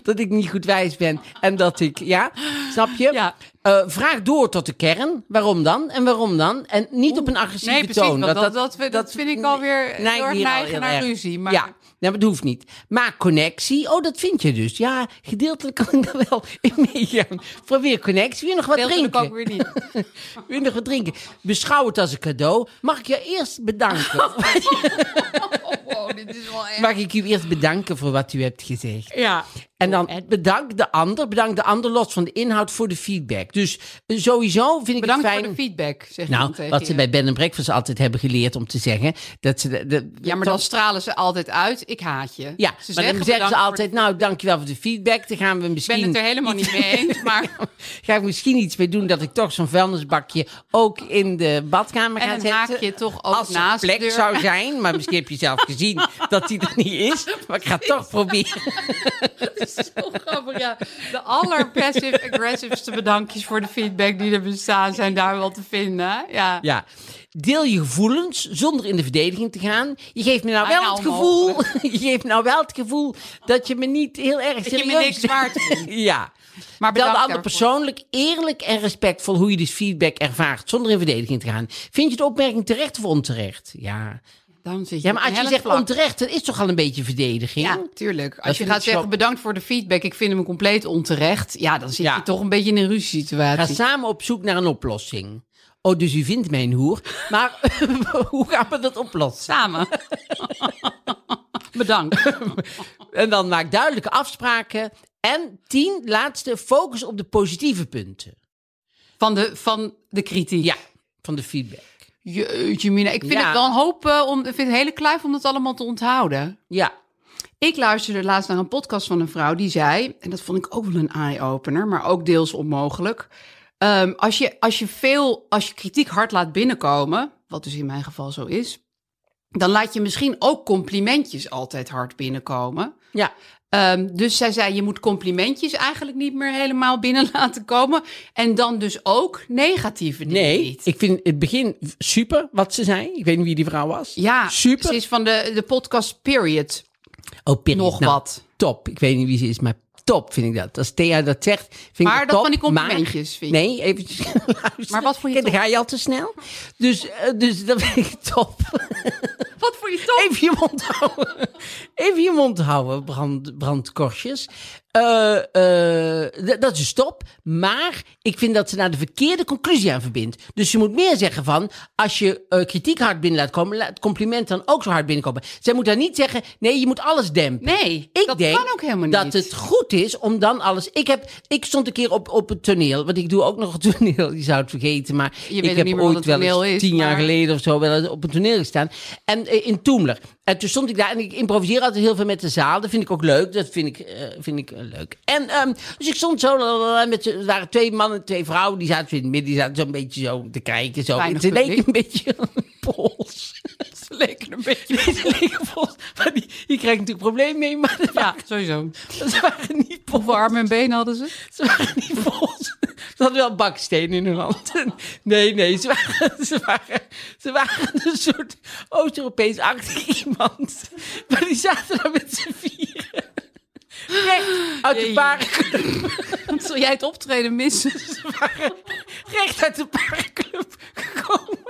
S2: dat ik niet goed wijs ben en dat ik, ja, snap je?
S3: Ja.
S2: Eh, vraag door tot de kern. Waarom dan? En waarom dan? En niet op een agressieve
S3: Nee, precies.
S2: toon.
S3: Want dat, dat, dat, vind ik alweer
S2: Nee,
S3: heel erg
S2: hier al
S3: neigen
S2: heel
S3: naar
S2: erg.
S3: ruzie. Maar
S2: Ja, nee, maar dat hoeft niet. Maak connectie. Oh, dat vind je dus. Ja, gedeeltelijk kan ik daar wel in meegaan. Probeer connectie. Wil je nog wat
S3: dat wil ik
S2: drinken?
S3: ook weer niet.
S2: Wil je nog wat drinken? Beschouw het als een cadeau. Mag ik je eerst bedanken?
S3: Oh, dit is wel echt...
S2: Mag ik u eerst bedanken voor wat u hebt gezegd?
S3: ja.
S2: En dan bedank de ander, bedank de ander los van de inhoud voor de feedback. Dus eh, sowieso vind ik
S3: Bedankt
S2: het fijn...
S3: voor de feedback, zeg ik dan
S2: Nou,
S3: tegen
S2: wat
S3: je.
S2: ze bij Bed and Breakfast altijd hebben geleerd om te zeggen. Dat ze de, de-
S3: Ja, maar dan stralen ze altijd uit, ik haat je.
S2: ja,
S3: ze
S2: maar dan zeggen
S3: bedankt
S2: ze
S3: voor-
S2: altijd, nou, dankjewel voor de feedback. Dan gaan we
S3: Ik ben
S2: misschien...
S3: het er helemaal niet mee eens, maar...
S2: Ga ik misschien iets mee doen dat ik toch zo'n vuilnisbakje ook in de badkamer
S3: En
S2: ga
S3: een
S2: zetten.
S3: haakje toch ook
S2: Als er
S3: naast de
S2: plek
S3: deur.
S2: zou zijn, maar misschien heb je zelf gezien dat die er niet is. Maar ik ga het toch proberen.
S3: Zo grappig, ja. De allerpassive-aggressiveste bedankjes voor de feedback die er bestaan zijn daar wel te vinden. hè? Ja.
S2: Ja. Deel je gevoelens zonder in de verdediging te gaan. Je geeft me nou
S3: Ah,
S2: wel
S3: nou,
S2: het gevoel. Je geeft me nou wel het gevoel dat je me niet heel erg
S3: je me
S2: serieus
S3: niks waard vindt.
S2: Ja. Stel
S3: Maar
S2: de
S3: bedankt
S2: ander
S3: daarvoor.
S2: persoonlijk, eerlijk en respectvol hoe je dus feedback ervaart zonder in verdediging te gaan. Vind je de opmerking terecht of onterecht? Ja.
S3: Dan zit je
S2: Ja, maar als
S3: op een
S2: je
S3: hellend
S2: zegt
S3: vlak.
S2: onterecht, dat is toch al een beetje verdediging?
S3: Ja, tuurlijk. Als
S2: Dat
S3: je
S2: vind
S3: gaat
S2: ik
S3: zeggen
S2: zo-
S3: bedankt voor de feedback, ik vind hem compleet onterecht. Ja, dan zit
S2: Ja.
S3: je toch een beetje in een
S2: Ga
S3: ruziesituatie.
S2: samen op zoek naar een oplossing. Oh, dus u vindt mijn hoer. Maar hoe gaan we dat oplossen?
S3: Samen. bedankt.
S2: En dan maak duidelijke afspraken. En tien, laatste, focus op de positieve punten.
S3: Van de, van de kritiek.
S2: Ja, van de feedback.
S3: Jeetje, Mina. Ik vind
S2: Ja.
S3: het wel een hoop, eh, om, ik vind het een hele kluif om dat allemaal te onthouden.
S2: Ja,
S3: Ik luisterde laatst naar een podcast van een vrouw die zei, en dat vond ik ook wel een eye-opener, maar ook deels onmogelijk. Ehm, als, je, als, je veel, als je kritiek hard laat binnenkomen, wat dus in mijn geval zo is, dan laat je misschien ook complimentjes altijd hard binnenkomen.
S2: ja.
S3: Ehm, dus zij zei, je moet complimentjes eigenlijk niet meer helemaal binnen laten komen. En dan dus ook negatieve dingen
S2: Nee,
S3: niet.
S2: ik vind het begin super wat ze zei. Ik weet niet wie die vrouw was.
S3: ja,
S2: super.
S3: ze is van de, de podcast Period.
S2: Oh, Piri,
S3: nog
S2: nou,
S3: wat.
S2: Top. Ik weet niet wie ze is, maar top vind ik dat. Als Thea dat zegt, vind
S3: Maar
S2: ik
S3: dat
S2: top.
S3: van die complimentjes vind je-
S2: Nee, eventjes luisteren.
S3: Maar wat vond je
S2: Kijk, Dan ga je al te snel. Dus, eh, dus dat vind ik top.
S3: Wat voor je top?
S2: Even je mond houden. Even je mond houden, brand, brandkorstjes. Eh, eh, d- dat is top. Maar ik vind dat ze daar de verkeerde conclusie aan verbindt. Dus je moet meer zeggen van... als je eh, kritiek hard binnen laat komen... laat het compliment dan ook zo hard binnenkomen. Zij moet daar niet zeggen... nee, je moet alles dempen.
S3: Nee,
S2: ik
S3: dat
S2: denk
S3: kan ook helemaal niet.
S2: dat het goed is om dan alles... Ik, heb, ik stond een keer op, op het toneel... want ik doe ook nog het toneel, je zou het vergeten... maar
S3: weet ook
S2: ik heb
S3: niet meer wat
S2: ooit
S3: het
S2: wel
S3: toneel
S2: eens
S3: is,
S2: tien jaar
S3: maar-
S2: geleden geleden of zo wel eens op een toneel gestaan. En eh, in Toemler. En toen stond ik daar en ik improviseer altijd heel veel met de zaal. Dat vind ik ook leuk. Dat vind ik, eh, vind ik eh, leuk. En ehm, dus ik stond zo. lalalala, Met, z'n- er waren twee mannen, twee vrouwen. Die zaten zo in het midden. Die zaten zo'n beetje zo te kijken. Zo.
S3: Weinig
S2: Ze leken
S3: publiek.
S2: een beetje een pols. Ze leken een beetje. Ze leken pols. Maar die, die krijg ik natuurlijk probleem mee. Maar dat
S3: Ja, sowieso.
S2: waren, dat waren niet pols.
S3: Hoeveel armen en benen hadden ze?
S2: Ze waren niet volgens. Ze hadden wel bakstenen in hun hand. Nee, nee, ze waren, ze waren, ze waren een soort Oost-Europees-achtig iemand. Maar die zaten daar met z'n vieren. Recht uit de
S3: Jee.
S2: parenclub.
S3: Zul jij het optreden missen?
S2: Ze waren recht uit de parenclub gekomen.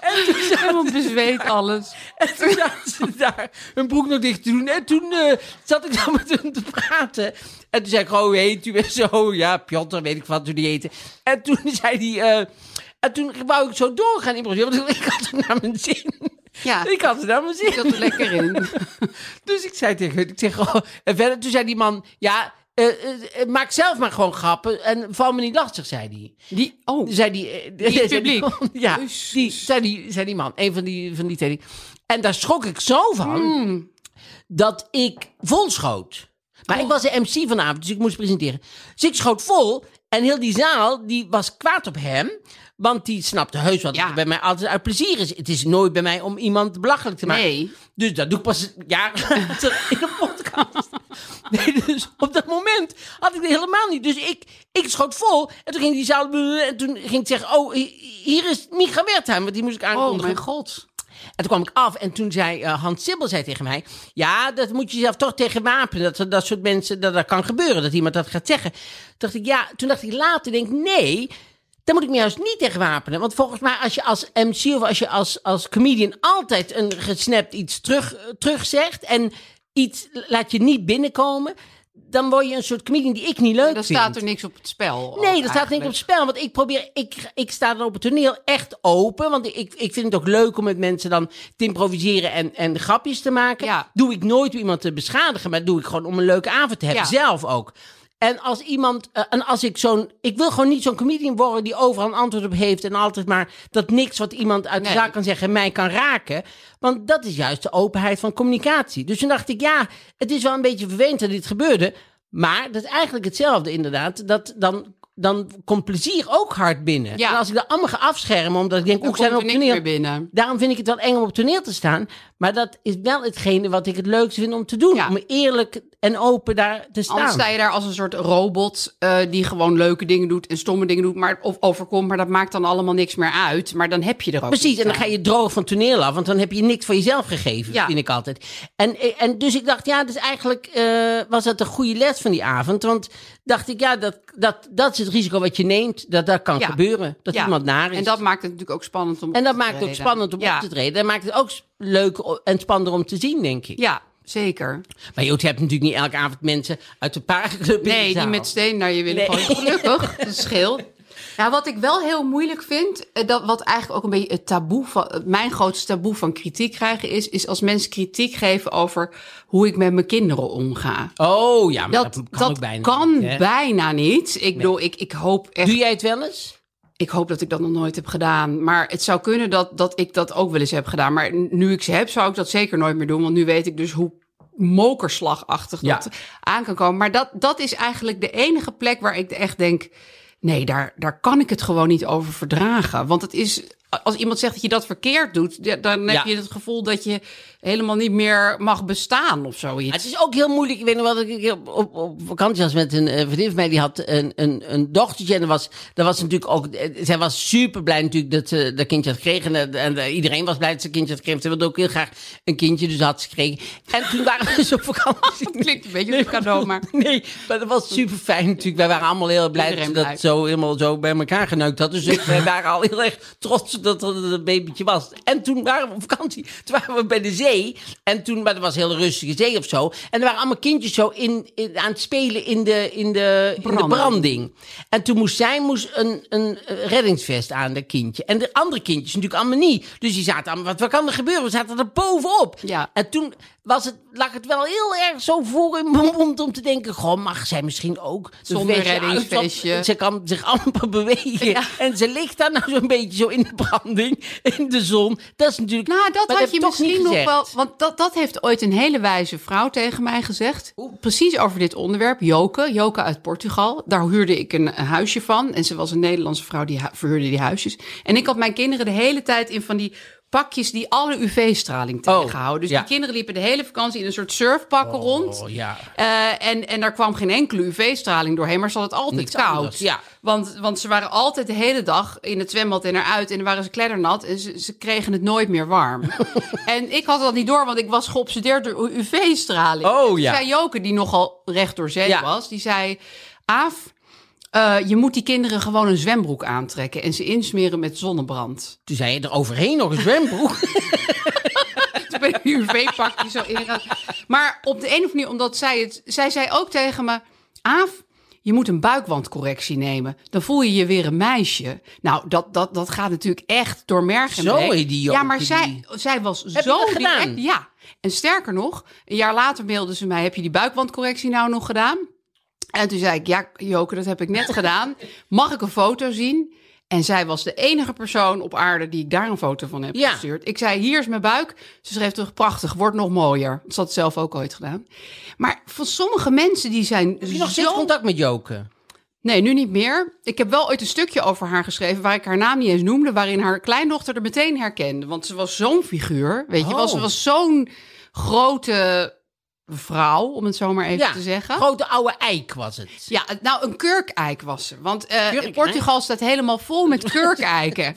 S2: En toen zaten
S3: Helemaal bezweet alles.
S2: en toen zaten ze daar hun broek nog dicht te doen. En toen eh, zat ik dan met hun te praten. En toen zei ik, oh, hoe heet u? En zo, ja, Piotr, weet ik wat jullie heten. En toen zei die... eh, en toen wou ik zo doorgaan improviseren, want ik had het naar mijn zin.
S3: Ja.
S2: Ik had het naar mijn zin.
S3: Ik zat er lekker in.
S2: Dus ik zei tegen hun, ik zeg, oh, en verder, toen zei die man, ja, eh, eh, eh, maak zelf maar gewoon grappen en val me niet lastig, zei die.
S3: Die, oh,
S2: Zei die, eh, zei
S3: publiek.
S2: man, ja,
S3: Jezus.
S2: die, zei, die, zei die man, een van die, van die twee. En daar schrok ik zo van,
S3: Hmm.
S2: dat ik vol schoot. Maar
S3: Oh.
S2: ik was de MC vanavond, dus ik moest presenteren. Dus ik schoot vol en heel die zaal die was kwaad op hem. Want die snapte heus wat
S3: Ja.
S2: het bij mij altijd uit plezier is. Het is nooit bij mij om iemand belachelijk te maken.
S3: Nee.
S2: Dus dat doe ik pas jaren later in een podcast. Nee, dus op dat moment had ik het helemaal niet. Dus ik, ik schoot vol. En toen ging die zaal... En toen ging ik zeggen... Oh, hi- hier is Micha Wertheim. Want die moest ik
S3: oh
S2: aankondigen.
S3: mijn god.
S2: En toen kwam ik af en toen zei eh, Hans Sibbel zei tegen mij... Ja, dat moet je jezelf toch tegen wapenen. Dat dat soort mensen, dat, dat kan gebeuren. Dat iemand dat gaat zeggen. Toen dacht ik, ja, toen dacht ik later, denk ik, nee... Daar moet ik me juist niet tegen wapenen. Want volgens mij, als je als MC of als je als, als comedian altijd een gesnapt iets terug, terug zegt... en iets laat je niet binnenkomen... dan word je een soort comedian die ik niet leuk
S3: Dan
S2: vind.
S3: staat er niks op het spel. ook
S2: Nee, dat staat niet op
S3: eigenlijk.
S2: het spel. Want ik probeer, ik, ik sta dan op het toneel echt open. Want ik, ik vind het ook leuk om met mensen dan te improviseren en, en grapjes te maken.
S3: Ja.
S2: Doe ik nooit om iemand te beschadigen, maar doe ik gewoon om een leuke avond te hebben.
S3: Ja.
S2: Zelf ook. En als iemand, eh, en als ik zo'n, ik wil gewoon niet zo'n comedian worden die overal een antwoord op heeft en altijd maar dat niks wat iemand uit de
S3: Nee.
S2: zaak kan zeggen mij kan raken. Want dat is juist de openheid van communicatie. Dus toen dacht ik, ja, het is wel een beetje vervelend dat dit gebeurde. Maar dat is eigenlijk hetzelfde inderdaad. Dat dan, dan komt plezier ook hard binnen.
S3: Ja.
S2: En als ik dat allemaal ga afschermen, omdat ik denk,
S3: Dan
S2: oeh, ik zijn
S3: komt
S2: op
S3: er niks meer
S2: toneel.
S3: binnen.
S2: Daarom vind ik het wel eng om op toneel te staan. Maar dat is wel hetgene wat ik het leukste vind om te doen.
S3: Ja.
S2: Om eerlijk en open daar te staan.
S3: Anders sta je daar als een soort robot eh, die gewoon leuke dingen doet en stomme dingen doet, maar of overkomt, maar dat maakt dan allemaal niks meer uit. Maar dan heb je er ook.
S2: Precies,
S3: niks
S2: en dan
S3: aan.
S2: ga je droog van toneel af, want dan heb je niks van jezelf gegeven,
S3: Ja.
S2: vind ik altijd. En, en dus ik dacht, ja, dus eigenlijk eh, was dat een goede les van die avond. Want dacht ik, ja, dat, dat, dat is het risico wat je neemt, dat dat kan
S3: Ja.
S2: gebeuren. Dat
S3: Ja.
S2: iemand naar is.
S3: En dat maakt het natuurlijk ook spannend om.
S2: En
S3: op
S2: dat
S3: te
S2: maakt het ook
S3: treden.
S2: spannend om
S3: ja.
S2: op te treden. Dat maakt het ook s- leuk o- en spannender om te zien, denk ik.
S3: Ja, zeker.
S2: Maar joh, je hebt natuurlijk niet elke avond mensen uit de paardenclub in de
S3: Nee, die
S2: zaal.
S3: met steen naar je willen
S2: Nee.
S3: gooien. Gelukkig, dat scheelt. Nou, wat ik wel heel moeilijk vind, eh, dat, wat eigenlijk ook een beetje het taboe van, het- mijn grootste taboe van kritiek krijgen is, is als mensen kritiek geven over hoe ik met mijn kinderen omga.
S2: Oh ja, maar dat,
S3: Dat,
S2: kan
S3: dat
S2: ook bijna.
S3: kan
S2: niet, hè?
S3: bijna niet. Ik bedoel, ik, ik hoop echt
S2: Doe jij het wel eens?
S3: ik hoop dat ik dat nog nooit heb gedaan. Maar het zou kunnen dat, dat ik dat ook wel eens heb gedaan. Maar nu ik ze heb, zou ik dat zeker nooit meer doen. Want nu weet ik dus hoe mokerslagachtig
S2: Ja.
S3: dat aan kan komen. Maar dat, dat is eigenlijk de enige plek waar ik echt denk... nee, daar, daar kan ik het gewoon niet over verdragen. Want het is... Als iemand zegt dat je dat verkeerd doet... ja, dan heb
S2: Ja.
S3: je het gevoel dat je helemaal niet meer mag bestaan of zoiets.
S2: Het is ook heel moeilijk. Ik weet nog wel dat ik een keer op, op, op vakantie was met een eh, vriendin van mij. Die had een, een, een dochtertje. En dat was, dat was natuurlijk ook. eh, zij was super blij natuurlijk dat ze dat kindje had gekregen. En, eh, en, eh, iedereen was blij dat ze een kindje had gekregen. Ze wilde ook heel graag een kindje, dus dat had ze gekregen. En toen waren we dus op vakantie.
S3: Klinkt een beetje als een cadeau, maar...
S2: Nee, maar dat was super fijn natuurlijk. Wij waren allemaal heel blij dat
S3: Iedereen
S2: ze dat
S3: blij.
S2: zo helemaal zo bij elkaar geneukt had. Dus wij waren al heel erg trots dat het een babytje was. En toen waren we op vakantie. Toen waren we bij de zee. En toen, maar dat was een heel rustige zee of zo. En er waren allemaal kindjes zo in, in- aan het spelen in de, in, de, in de
S3: Branding.
S2: branding. En toen moest zij moest een, een eh, reddingsvest aan, dat kindje. En de andere kindjes natuurlijk allemaal niet. Dus die zaten allemaal, wat, wat kan er gebeuren? We zaten er bovenop.
S3: Ja.
S2: En toen was het, lag het wel heel erg zo voor in mijn mond om te denken: Goh, mag zij misschien ook? Dus
S3: Zonder
S2: weet je,
S3: reddingsvestje.
S2: alles wat- Ze kan zich amper bewegen. En ze ligt daar nou zo'n beetje zo in de branding, in de zon. Dat is natuurlijk.
S3: Nou, dat
S2: maar
S3: had
S2: heb
S3: je
S2: ik toch niet
S3: misschien nog
S2: gezegd.
S3: wel. Want dat, dat heeft ooit een hele wijze vrouw tegen mij gezegd. Precies over dit onderwerp. Joke, Joke uit Portugal. Daar huurde ik een, een huisje van. En ze was een Nederlandse vrouw die hu- verhuurde die huisjes. En ik had mijn kinderen de hele tijd in van die pakjes die alle UV-straling
S2: Oh,
S3: tegenhouden. dus
S2: ja.
S3: die kinderen liepen de hele vakantie in een soort surfpakken rond.
S2: Oh ja.
S3: Eh, en, en daar kwam geen enkele UV-straling doorheen, maar ze had het altijd
S2: Niks
S3: koud.
S2: anders, ja.
S3: Want, want ze waren altijd de hele dag in het zwembad en eruit. En dan waren ze kleddernat en ze, ze kregen het nooit meer warm. en ik had dat niet door, want ik was geobsedeerd door UV-straling.
S2: Oh,
S3: En toen
S2: ja.
S3: zei Joke, die nogal recht door zee
S2: Ja.
S3: was, die zei... Aaf, eh, je moet die kinderen gewoon een zwembroek aantrekken... en ze insmeren met zonnebrand.
S2: Toen zei je er overheen nog een zwembroek.
S3: Toen ben ik die UV-pakje zo ingegaan. Maar op de een of andere manier, omdat zij het... Zij zei ook tegen me... Aaf, je moet een buikwandcorrectie nemen. Dan voel je je weer een meisje. Nou, dat, dat, dat gaat natuurlijk echt door merg en
S2: Zo
S3: been.
S2: idioot,
S3: Ja, maar
S2: die-
S3: zij, zij was
S2: je
S3: zo...
S2: dat gedaan?
S3: direct- Ja. En sterker nog, een jaar later mailde ze mij... heb je die buikwandcorrectie nou nog gedaan? En toen zei ik, ja, Joke, dat heb ik net gedaan. Mag ik een foto zien? En zij was de enige persoon op aarde die ik daar een foto van heb
S2: Ja.
S3: gestuurd. Ik zei, hier is mijn buik. Ze schreef terug, prachtig, wordt nog mooier. Ze had het zelf ook ooit gedaan. Maar van sommige mensen die zijn
S2: Heb je nog steeds
S3: zo...
S2: contact met Joke?
S3: Nee, nu niet meer. Ik heb wel ooit een stukje over haar geschreven... waar ik haar naam niet eens noemde... waarin haar kleindochter er meteen herkende. Want ze was zo'n figuur, weet je wel.
S2: Oh.
S3: Ze was zo'n grote vrouw, om het zo maar even
S2: ja,
S3: te zeggen.
S2: grote oude eik was het.
S3: Ja, het- nou, een kurkeik was ze. Want eh,
S2: Kurkeik?
S3: Portugal staat helemaal vol met kurkeiken.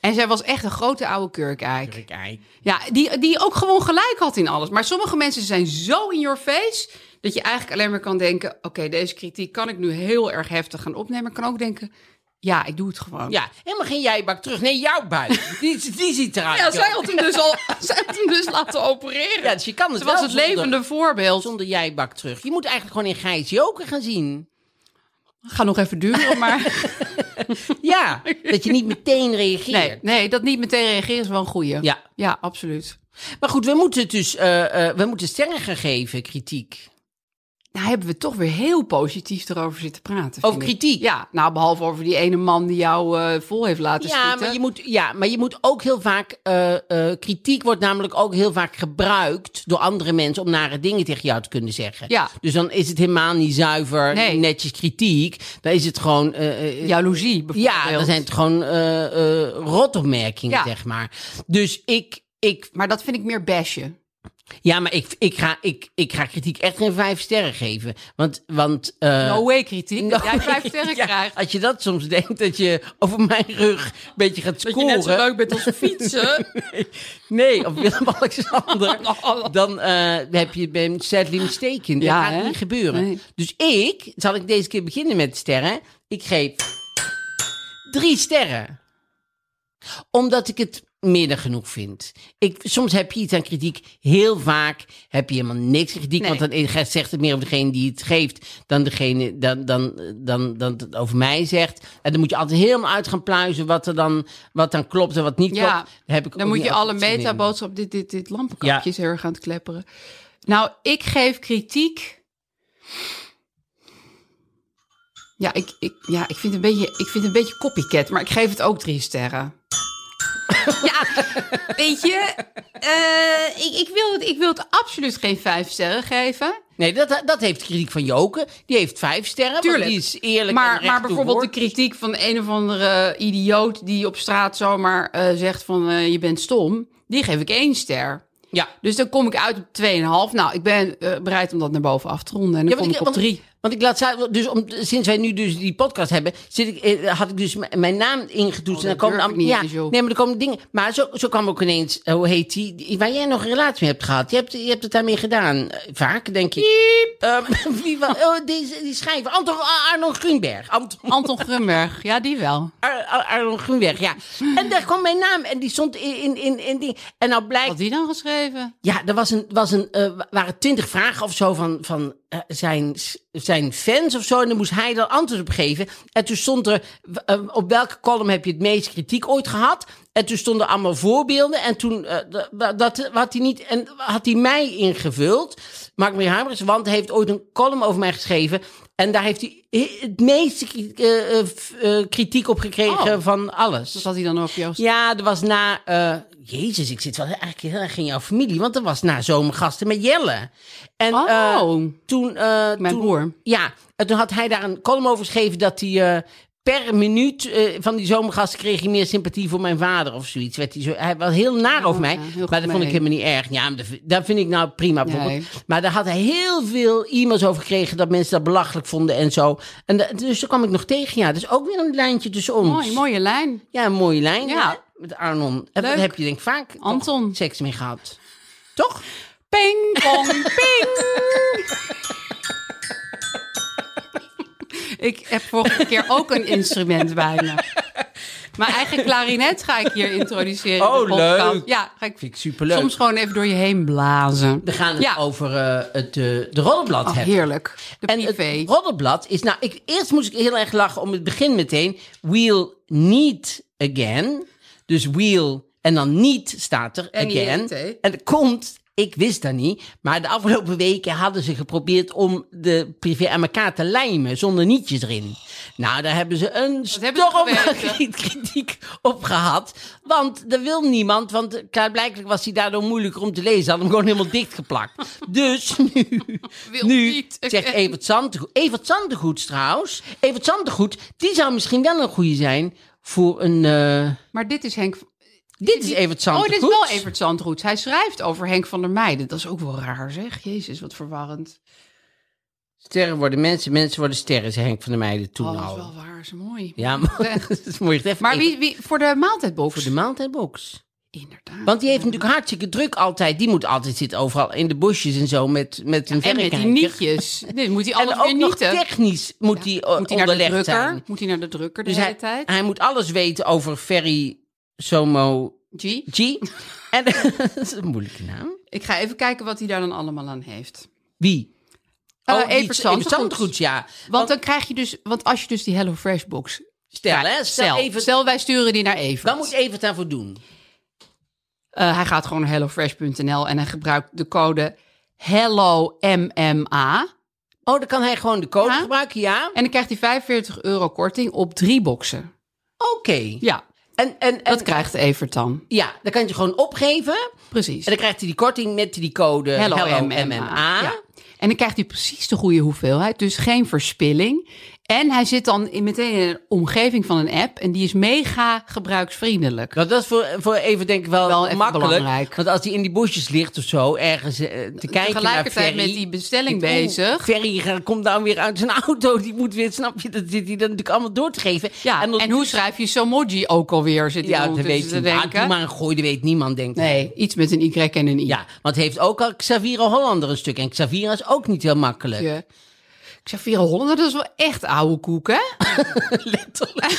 S3: en zij was echt een grote oude kurkeik.
S2: Kijk, eik.
S3: Ja, die, die ook gewoon gelijk had in alles. Maar sommige mensen zijn zo in your face... dat je eigenlijk alleen maar kan denken... oké, deze kritiek kan ik nu heel erg heftig gaan opnemen. Maar ik kan ook denken... Ja, ik doe het gewoon.
S2: Ja, helemaal geen jijbak terug. Nee, jouw buik. Die, die ziet eruit.
S3: Ja,
S2: joh.
S3: zij had hem dus al zij had hem dus laten opereren.
S2: Ja, dus je kan het
S3: Ze was
S2: wel
S3: het
S2: zonder-
S3: levende voorbeeld.
S2: Zonder jijbak terug. Je moet eigenlijk gewoon in Gijs Joker gaan zien.
S3: Ga nog even duren, maar
S2: Ja, dat je niet meteen reageert.
S3: nee, nee, dat niet meteen reageren is wel een goeie.
S2: Ja.
S3: ja absoluut.
S2: Maar goed, we moeten het dus eh, eh, we moeten sterren gaan geven, kritiek.
S3: Nou hebben we toch weer heel positief erover zitten praten.
S2: Over
S3: vind ik.
S2: kritiek?
S3: Ja, nou behalve over die ene man die jou eh, vol heeft laten
S2: Ja
S3: schieten.
S2: maar, je moet, ja, maar je moet ook heel vaak... eh, eh, kritiek wordt namelijk ook heel vaak gebruikt door andere mensen... om nare dingen tegen jou te kunnen zeggen.
S3: Ja.
S2: Dus dan is het helemaal niet zuiver,
S3: Nee.
S2: netjes kritiek. Dan is het gewoon... eh, eh,
S3: Jaloezie bijvoorbeeld.
S2: ja, dan zijn het gewoon eh, eh, rotopmerkingen,
S3: Ja.
S2: zeg maar. Dus ik... ik
S3: Maar dat vind ik meer bashen.
S2: ja, maar ik, ik, ga, ik, ik ga kritiek echt geen vijf sterren geven. Want... want eh,
S3: No way kritiek.
S2: No
S3: dat jij vijf
S2: way.
S3: sterren
S2: Ja,
S3: krijgt.
S2: Als je dat soms denkt, dat je over mijn rug een beetje gaat
S3: Dat je
S2: scoren.
S3: net zo leuk bent als fietsen.
S2: Nee, of Willem-Alexander.
S3: Oh.
S2: dan eh, heb je ben je sadly mistaken. Dat
S3: Ja,
S2: gaat
S3: hè?
S2: niet gebeuren.
S3: Nee.
S2: Dus ik, zal ik deze keer beginnen met sterren. Ik geef drie sterren. Omdat ik het midden genoeg vind. Ik, soms heb je iets aan kritiek. Heel vaak heb je helemaal niks aan kritiek.
S3: Nee.
S2: Want dan ge- zegt het meer over degene die het geeft... dan degene dan, dan, dan, dan het over mij zegt. En dan moet je altijd helemaal uit gaan pluizen... wat, er dan, wat dan klopt en wat niet
S3: Ja.
S2: klopt. Daar heb ik
S3: Dan
S2: ook
S3: moet
S2: niet
S3: je alle
S2: altijd zin in.
S3: metaboodschap, dit, dit, dit lampenkapje is heel erg aan het klepperen. Nou, ik geef kritiek. Ja, ik, ik, ja, ik vind het een beetje, ik vind het een beetje copycat, maar ik geef het ook drie sterren. Ja, weet je, eh, ik, ik, wil het, ik wil het absoluut geen vijf sterren geven.
S2: Nee, dat, dat heeft de kritiek van Joken. Die heeft vijf sterren, want
S3: Tuurlijk.
S2: die is eerlijk en
S3: Maar,
S2: recht
S3: maar
S2: toe
S3: bijvoorbeeld de
S2: woord.
S3: kritiek van een of andere idioot die op straat zomaar eh, zegt van eh, je bent stom, die geef ik één ster.
S2: Ja.
S3: Dus dan kom ik uit op 2,5. Nou, ik ben eh, bereid om dat naar boven af te ronden. En dan
S2: Ja,
S3: kom ik, op
S2: want,
S3: 3.
S2: want ik laat zuiver- dus om, sinds wij nu dus die podcast hebben, zit ik, eh, had ik dus m- mijn naam ingetoetst. en dan
S3: Oh, dat
S2: komen
S3: durf
S2: dan-
S3: ik niet
S2: ja,
S3: eens, joh.
S2: nee, maar er komen dingen. Maar zo, zo kwam ook ineens, eh, hoe heet die, die- waar jij nog een relatie mee hebt gehad. Je hebt, je hebt het daarmee gedaan. Eh, Vaak, denk ik. Ehm, wie was, oh, die, die schrijver, Anton, Arno Grunberg. Anton
S3: Anton Grunberg, ja, die wel.
S2: Ar- Ar- Arno Grunberg, ja. En daar kwam mijn naam en die stond in, in, in, in die. En nou blijkt.
S3: Had die dan geschreven?
S2: Ja, er was een, was een, eh, wa- waren twintig vragen of zo van, van eh, zijn, s- zijn fans of zo. En dan moest hij dan antwoord op geven. En toen stond er, w- eh, op welke column heb je het meest kritiek ooit gehad? En toen stonden allemaal voorbeelden. En toen eh, d- wa- dat, had hij niet, en had hij mij ingevuld. Mark Marie Hamers, want hij heeft ooit een column over mij geschreven. En daar heeft hij he- het meeste kri- eh, eh, f- eh, kritiek op gekregen
S3: Oh.
S2: van alles.
S3: Dat had hij dan op Joost.
S2: Ja, er was na. eh, Jezus, ik zit wel eigenlijk heel erg in jouw familie. Want er was na zomergasten met Jelle. En
S3: Oh.
S2: eh, toen. eh,
S3: Mijn
S2: toen-
S3: broer.
S2: Ja, en toen had hij daar een column over geschreven dat hij. eh, Per minuut eh, van die zomergasten kreeg hij meer sympathie voor mijn vader of zoiets. Werd hij, zo, hij was heel naar over mij,
S3: ja, heel
S2: maar dat vond ik
S3: gemeen.
S2: helemaal niet erg. Ja, maar dat vind- dat vind ik nou prima. bijvoorbeeld.
S3: Nee.
S2: Maar daar had hij heel veel e-mails over gekregen dat mensen dat belachelijk vonden en zo. En da- dus daar kwam ik nog tegen. Ja, dus ook weer een lijntje tussen ons.
S3: Mooi, mooie lijn.
S2: Ja, een mooie lijn.
S3: Ja.
S2: hè, Met Arnon. En
S3: Leuk.
S2: daar heb je denk ik vaak toch
S3: Anton.
S2: seks mee gehad. Toch?
S3: Ping, pong, ping. ik heb vorige keer ook een instrument bij me. Mijn eigen klarinet ga ik hier introduceren. in de
S2: Oh,
S3: podcast.
S2: leuk.
S3: Ja, ga ik
S2: Vind ik superleuk.
S3: Soms gewoon even door je heen blazen.
S2: We gaan het
S3: Ja.
S2: over eh, het, eh, de Roddelblad
S3: Oh,
S2: hebben.
S3: heerlijk. De
S2: En
S3: privé.
S2: het Roddelblad is... Nou, ik, eerst moest ik heel erg lachen om het begin meteen. We'll need again. Dus we'll en dan niet staat er again.
S3: N-I-E-T.
S2: En dat komt... Ik wist dat niet, maar de afgelopen weken hadden ze geprobeerd om de privé aan elkaar te lijmen zonder nietjes erin. Nou, daar hebben ze een
S3: hebben ze
S2: storm aan
S3: geweten.
S2: niet kritiek op gehad. Want er wil niemand, want klaarblijkelijk was hij daardoor moeilijker om te lezen. Had hem gewoon helemaal dichtgeplakt. Dus nu,
S3: Wil
S2: nu
S3: niet. Eh,
S2: zegt Evert Zandegoed. Evert Zandegoed trouwens. Evert Zandegoed, die zou misschien wel een goede zijn voor een... eh,
S3: Maar dit is Henk.
S2: dit is Evert
S3: Oh,
S2: Zandegoed.
S3: dit is wel Evert Zandgoed. Hij schrijft over Henk van der Meijden. Dat is ook wel raar, zeg. Jezus, wat verwarrend.
S2: Sterren worden mensen, mensen worden sterren, zei Henk van der Meijden toen
S3: Oh, dat is
S2: al.
S3: wel waar. Dat is mooi.
S2: Ja, Nou. maar dat is mooi gezegd.
S3: Maar
S2: Evert-
S3: wie, wie voor de maaltijdbox?
S2: Voor de maaltijdbox.
S3: Inderdaad.
S2: Want die heeft natuurlijk hartstikke druk altijd. Die moet altijd zitten overal in de bosjes en zo met, met een
S3: en met
S2: verrekijker.
S3: die nietjes. Nee, moet hij
S2: En
S3: alles
S2: ook
S3: weer
S2: nog
S3: nieten.
S2: technisch moet
S3: Ja.
S2: hij eh,
S3: moet hij naar de
S2: onderlegd
S3: drukker?
S2: zijn.
S3: Moet hij naar de drukker de
S2: Dus
S3: hele
S2: hij,
S3: tijd?
S2: hij moet alles weten over Ferry Somo
S3: G.
S2: G. En, dat is een moeilijke naam.
S3: Ik ga even kijken wat hij daar dan allemaal aan heeft.
S2: Wie?
S3: Eh,
S2: die
S3: Evert Zandgoed.
S2: Zandgoed, ja.
S3: Want dan krijg je dus, want als je dus die HelloFresh box
S2: Stel, hè? Stel,
S3: stel,
S2: Evert-
S3: stel wij sturen die naar Evert.
S2: Wat moet Evert daarvoor doen?
S3: Eh, hij gaat gewoon naar hellofresh.nl en hij gebruikt de code HELLOMMA.
S2: Oh, dan kan hij gewoon de code
S3: Ja.
S2: gebruiken, ja?
S3: En dan krijgt hij 45 euro korting op drie boxen.
S2: Oké.
S3: Ja,
S2: En, en, en,
S3: dat krijgt Evert dan.
S2: ja, dan kan je het gewoon opgeven.
S3: Precies.
S2: En dan krijgt hij die korting met die code
S3: Hello,
S2: Eh, Hello,
S3: MMA.
S2: MMA.
S3: Ja. En dan krijgt hij precies de goede hoeveelheid, dus geen verspilling. En hij zit dan in- meteen in een omgeving van een app en die is mega gebruiksvriendelijk.
S2: Nou, dat is voor, voor even denk ik wel,
S3: Wel even
S2: makkelijk.
S3: belangrijk.
S2: Want als hij in die bosjes ligt of zo, ergens eh, te kijken naar
S3: Tegelijkertijd
S2: Ferry.
S3: met die bestelling
S2: denkt, oeh,
S3: bezig.
S2: Ferry eh, komt dan weer uit zijn auto. Die moet weer, snap je, dat zit hij dan natuurlijk allemaal door te geven.
S3: Ja, en,
S2: ondertussen-
S3: hoe schrijf je Somoji ook alweer? Zit
S2: Ja,
S3: ja,
S2: dat weet
S3: te
S2: hij. Ah, doe
S3: denken.
S2: maar een gooi, dat weet niemand, denk ik.
S3: Nee, iets met een Y en een I.
S2: Ja, want hij heeft ook al Xavier Hollander een stuk. En Xavier is ook niet heel makkelijk.
S3: Ja. Ik zeg, 400, dat is wel echt oude koek, hè?
S2: Letterlijk.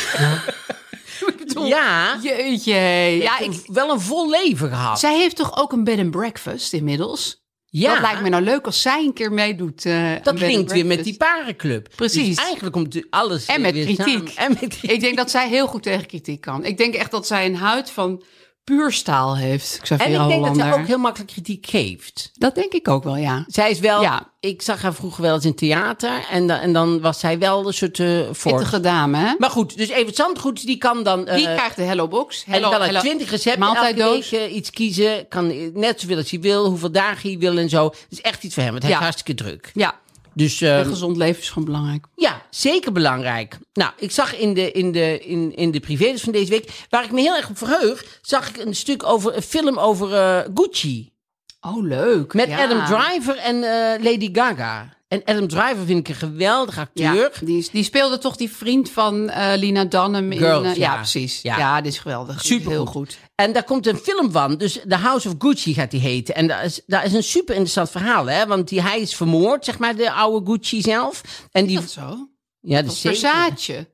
S3: Ik bedoel,
S2: Ja.
S3: Jeetje. Ja, ik,
S2: Wel een vol leven gehad.
S3: zij heeft toch ook een bed and breakfast inmiddels?
S2: ja.
S3: Dat lijkt me nou leuk als zij een keer meedoet. eh, aan bed
S2: Dat
S3: and
S2: klinkt weer met
S3: breakfast.
S2: die parenclub.
S3: Precies.
S2: Dus eigenlijk komt alles
S3: En met
S2: weer
S3: kritiek.
S2: samen. En met kritiek.
S3: Ik denk dat zij heel goed tegen kritiek kan. Ik denk echt dat zij een huid van puur staal heeft. Ik zeg,
S2: En ik denk dat
S3: Hollander.
S2: zij ook heel makkelijk kritiek geeft.
S3: Dat denk ik ook wel, ja.
S2: Zij is wel...
S3: Ja.
S2: Ik zag haar vroeger wel eens in theater. En, dan- en dan was zij wel een soort eh voor.
S3: Pittige dame, hè?
S2: Maar goed, dus Evert Zandgoed, die kan dan... eh,
S3: Die krijgt de Hello Box.
S2: en
S3: Hello,
S2: dan
S3: hello.
S2: uit twintig recepten elke
S3: maaltijddoos.
S2: week eh, iets kiezen. Kan net zoveel als hij wil, hoeveel dagen hij wil en zo. Het is echt iets voor hem, want hij
S3: Ja.
S2: is hartstikke druk.
S3: Ja,
S2: Dus eh,
S3: een gezond leven is gewoon belangrijk.
S2: Ja, zeker belangrijk. Nou, ik zag in de, in de, in, in de privé dus van deze week, waar ik me heel erg op verheug, zag ik een stuk over een film over eh, Gucci.
S3: Oh, leuk.
S2: Met
S3: Ja.
S2: Adam Driver en eh, Lady Gaga. En Adam Driver vind ik een geweldig acteur.
S3: Ja, die, is- die speelde toch die vriend van eh, Lina Dunham
S2: Girls,
S3: in... eh, ja.
S2: ja.
S3: precies. Ja.
S2: Ja.
S3: die is geweldig.
S2: Supergoed.
S3: Heel goed.
S2: En daar komt een film van, dus The House of Gucci gaat die heten. En daar is, daar is een super interessant verhaal, hè? Want die, hij is vermoord, zeg maar, de oude Gucci zelf. En die.
S3: Dat zo.
S2: Ja, dat is zeker.
S3: Versace.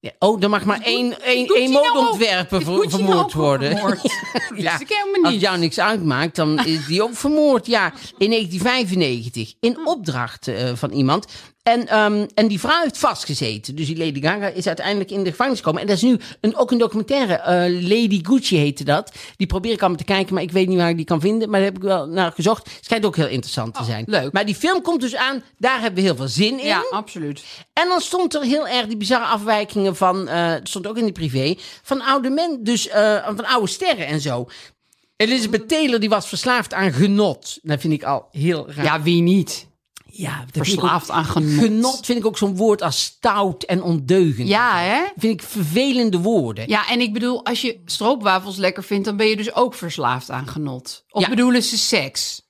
S2: Ja, Oh, er mag maar één, één,
S3: Gucci
S2: één
S3: nou ook-
S2: modeontwerper
S3: is
S2: ver-
S3: Gucci nou ook
S2: vermoord worden.
S3: vermoord?
S2: Ja.
S3: Dat is helemaal
S2: Als
S3: niet.
S2: jou niks uitmaakt, dan is die ook vermoord. Ja, in 1995.
S3: Hm.
S2: In opdracht eh, van iemand. En, ehm, en die vrouw heeft vastgezeten. Dus die Lady Gaga is uiteindelijk in de gevangenis gekomen. En dat is nu een, ook een documentaire. eh, Lady Gucci heette dat. Die probeer ik allemaal te kijken, maar ik weet niet waar ik die kan vinden. Maar daar heb ik wel naar gezocht. Het schijnt ook heel interessant te zijn.
S3: Oh, leuk.
S2: Maar die film komt dus aan. Daar hebben we heel veel zin in.
S3: Ja, absoluut.
S2: En dan stond er heel erg die bizarre afwijkingen van, eh, het stond ook in de privé, van oude men, dus eh, van oude sterren en zo. Elizabeth Taylor die was verslaafd aan genot. Dat vind ik al heel raar.
S3: Ja, wie niet?
S2: Ja, dat vind ik ook-
S3: Verslaafd aan genot.
S2: Genot vind ik ook zo'n woord als stout en ondeugend.
S3: Ja, hè?
S2: Dat vind ik vervelende woorden.
S3: Ja, en ik bedoel, als je stroopwafels lekker vindt, dan ben je dus ook verslaafd aan genot. Of
S2: Ja.
S3: bedoelen ze seks?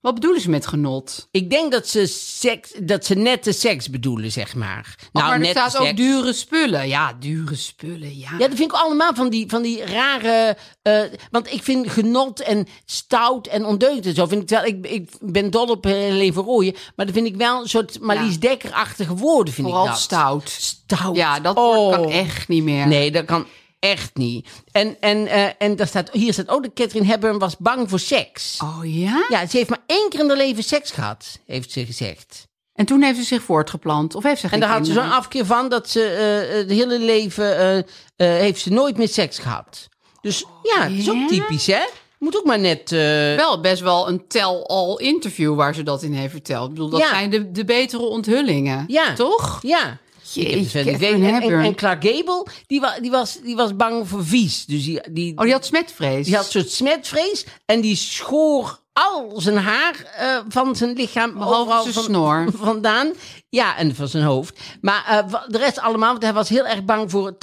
S3: Wat bedoelen ze met genot?
S2: Ik denk dat ze, seks, dat ze nette seks bedoelen, zeg maar.
S3: Nou, maar er
S2: nette
S3: staat ook
S2: seks.
S3: dure spullen. Ja, dure spullen, ja.
S2: Ja, dat vind ik allemaal van die, van die rare. eh, want ik vind genot en stout en ondeugend en zo. Vind ik, wel, ik, ik ben dol op Helene van Rooyen. Maar dat vind ik wel een soort Marlies
S3: Ja.
S2: Dekker-achtige woorden. Vind
S3: Vooral
S2: ik dat.
S3: stout.
S2: Stout.
S3: Ja, dat
S2: oh.
S3: woord kan echt niet meer.
S2: Nee, dat kan echt niet. En, en, eh, en daar staat, hier staat ook dat Catherine Hepburn was bang voor seks.
S3: Oh ja?
S2: Ja, ze heeft maar één keer in haar leven seks gehad, heeft ze gezegd.
S3: En toen heeft ze zich voortgeplant. Of heeft ze geen
S2: En daar had ze zo'n
S3: kinderen?
S2: afkeer van dat ze eh, het hele leven eh, eh, heeft ze nooit meer seks gehad. Dus ja, het is
S3: ja?
S2: ook typisch, hè? Moet ook maar net. eh,
S3: Wel best wel een tell-all interview waar ze dat in heeft verteld. Ik bedoel, dat
S2: Ja.
S3: zijn de, de betere onthullingen.
S2: ja,
S3: Toch?
S2: Ja. Ik heb
S3: Jeetje,
S2: dus wel niet
S3: Catherine
S2: weten. en, en,
S3: Hepburn.
S2: en Clark Gable, die, wa- die, was, die was bang voor vies. Dus die, die,
S3: Oh, die had smetvrees.
S2: die had een soort smetvrees en die schoor al zijn haar eh, van zijn lichaam.
S3: Behalve
S2: overal
S3: zijn
S2: van-
S3: snor.
S2: vandaan. Ja, en van zijn hoofd. Maar eh, wa- de rest allemaal, want hij was heel erg bang voor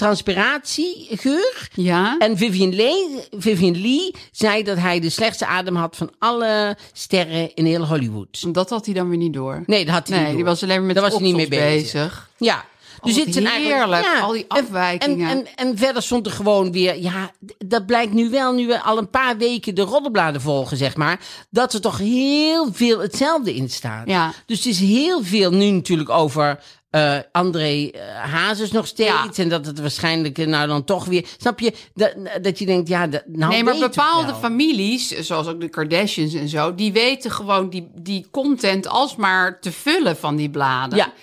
S2: transpiratiegeur.
S3: Ja?
S2: En Vivian Lee, Vivian Lee zei dat hij de slechtste adem had van alle sterren in heel Hollywood.
S3: Dat had hij dan weer niet door.
S2: Nee, dat had hij
S3: Nee,
S2: niet
S3: die
S2: door.
S3: was alleen maar met
S2: Daar
S3: de
S2: was hij niet mee
S3: oksels
S2: bezig. Ja. Dus
S3: Oh, wat
S2: dit zijn eigenlijk,
S3: heerlijk, al die
S2: en-
S3: afwijkingen.
S2: En, en, en verder stond er gewoon weer, ja, d- dat blijkt nu wel, nu we al een paar weken de roddelbladen volgen, zeg maar, dat er toch heel veel hetzelfde in staat.
S3: Ja.
S2: Dus het is heel veel nu natuurlijk over eh, André eh, Hazes nog steeds.
S3: Ja.
S2: En dat het waarschijnlijk eh, nou dan toch weer, snap je, dat, dat je denkt, ja, dat, nou
S3: nee, maar
S2: weet ik
S3: bepaalde
S2: wel.
S3: families, zoals ook de Kardashians en zo, die weten gewoon die, die content alsmaar te vullen van die bladen.
S2: Ja.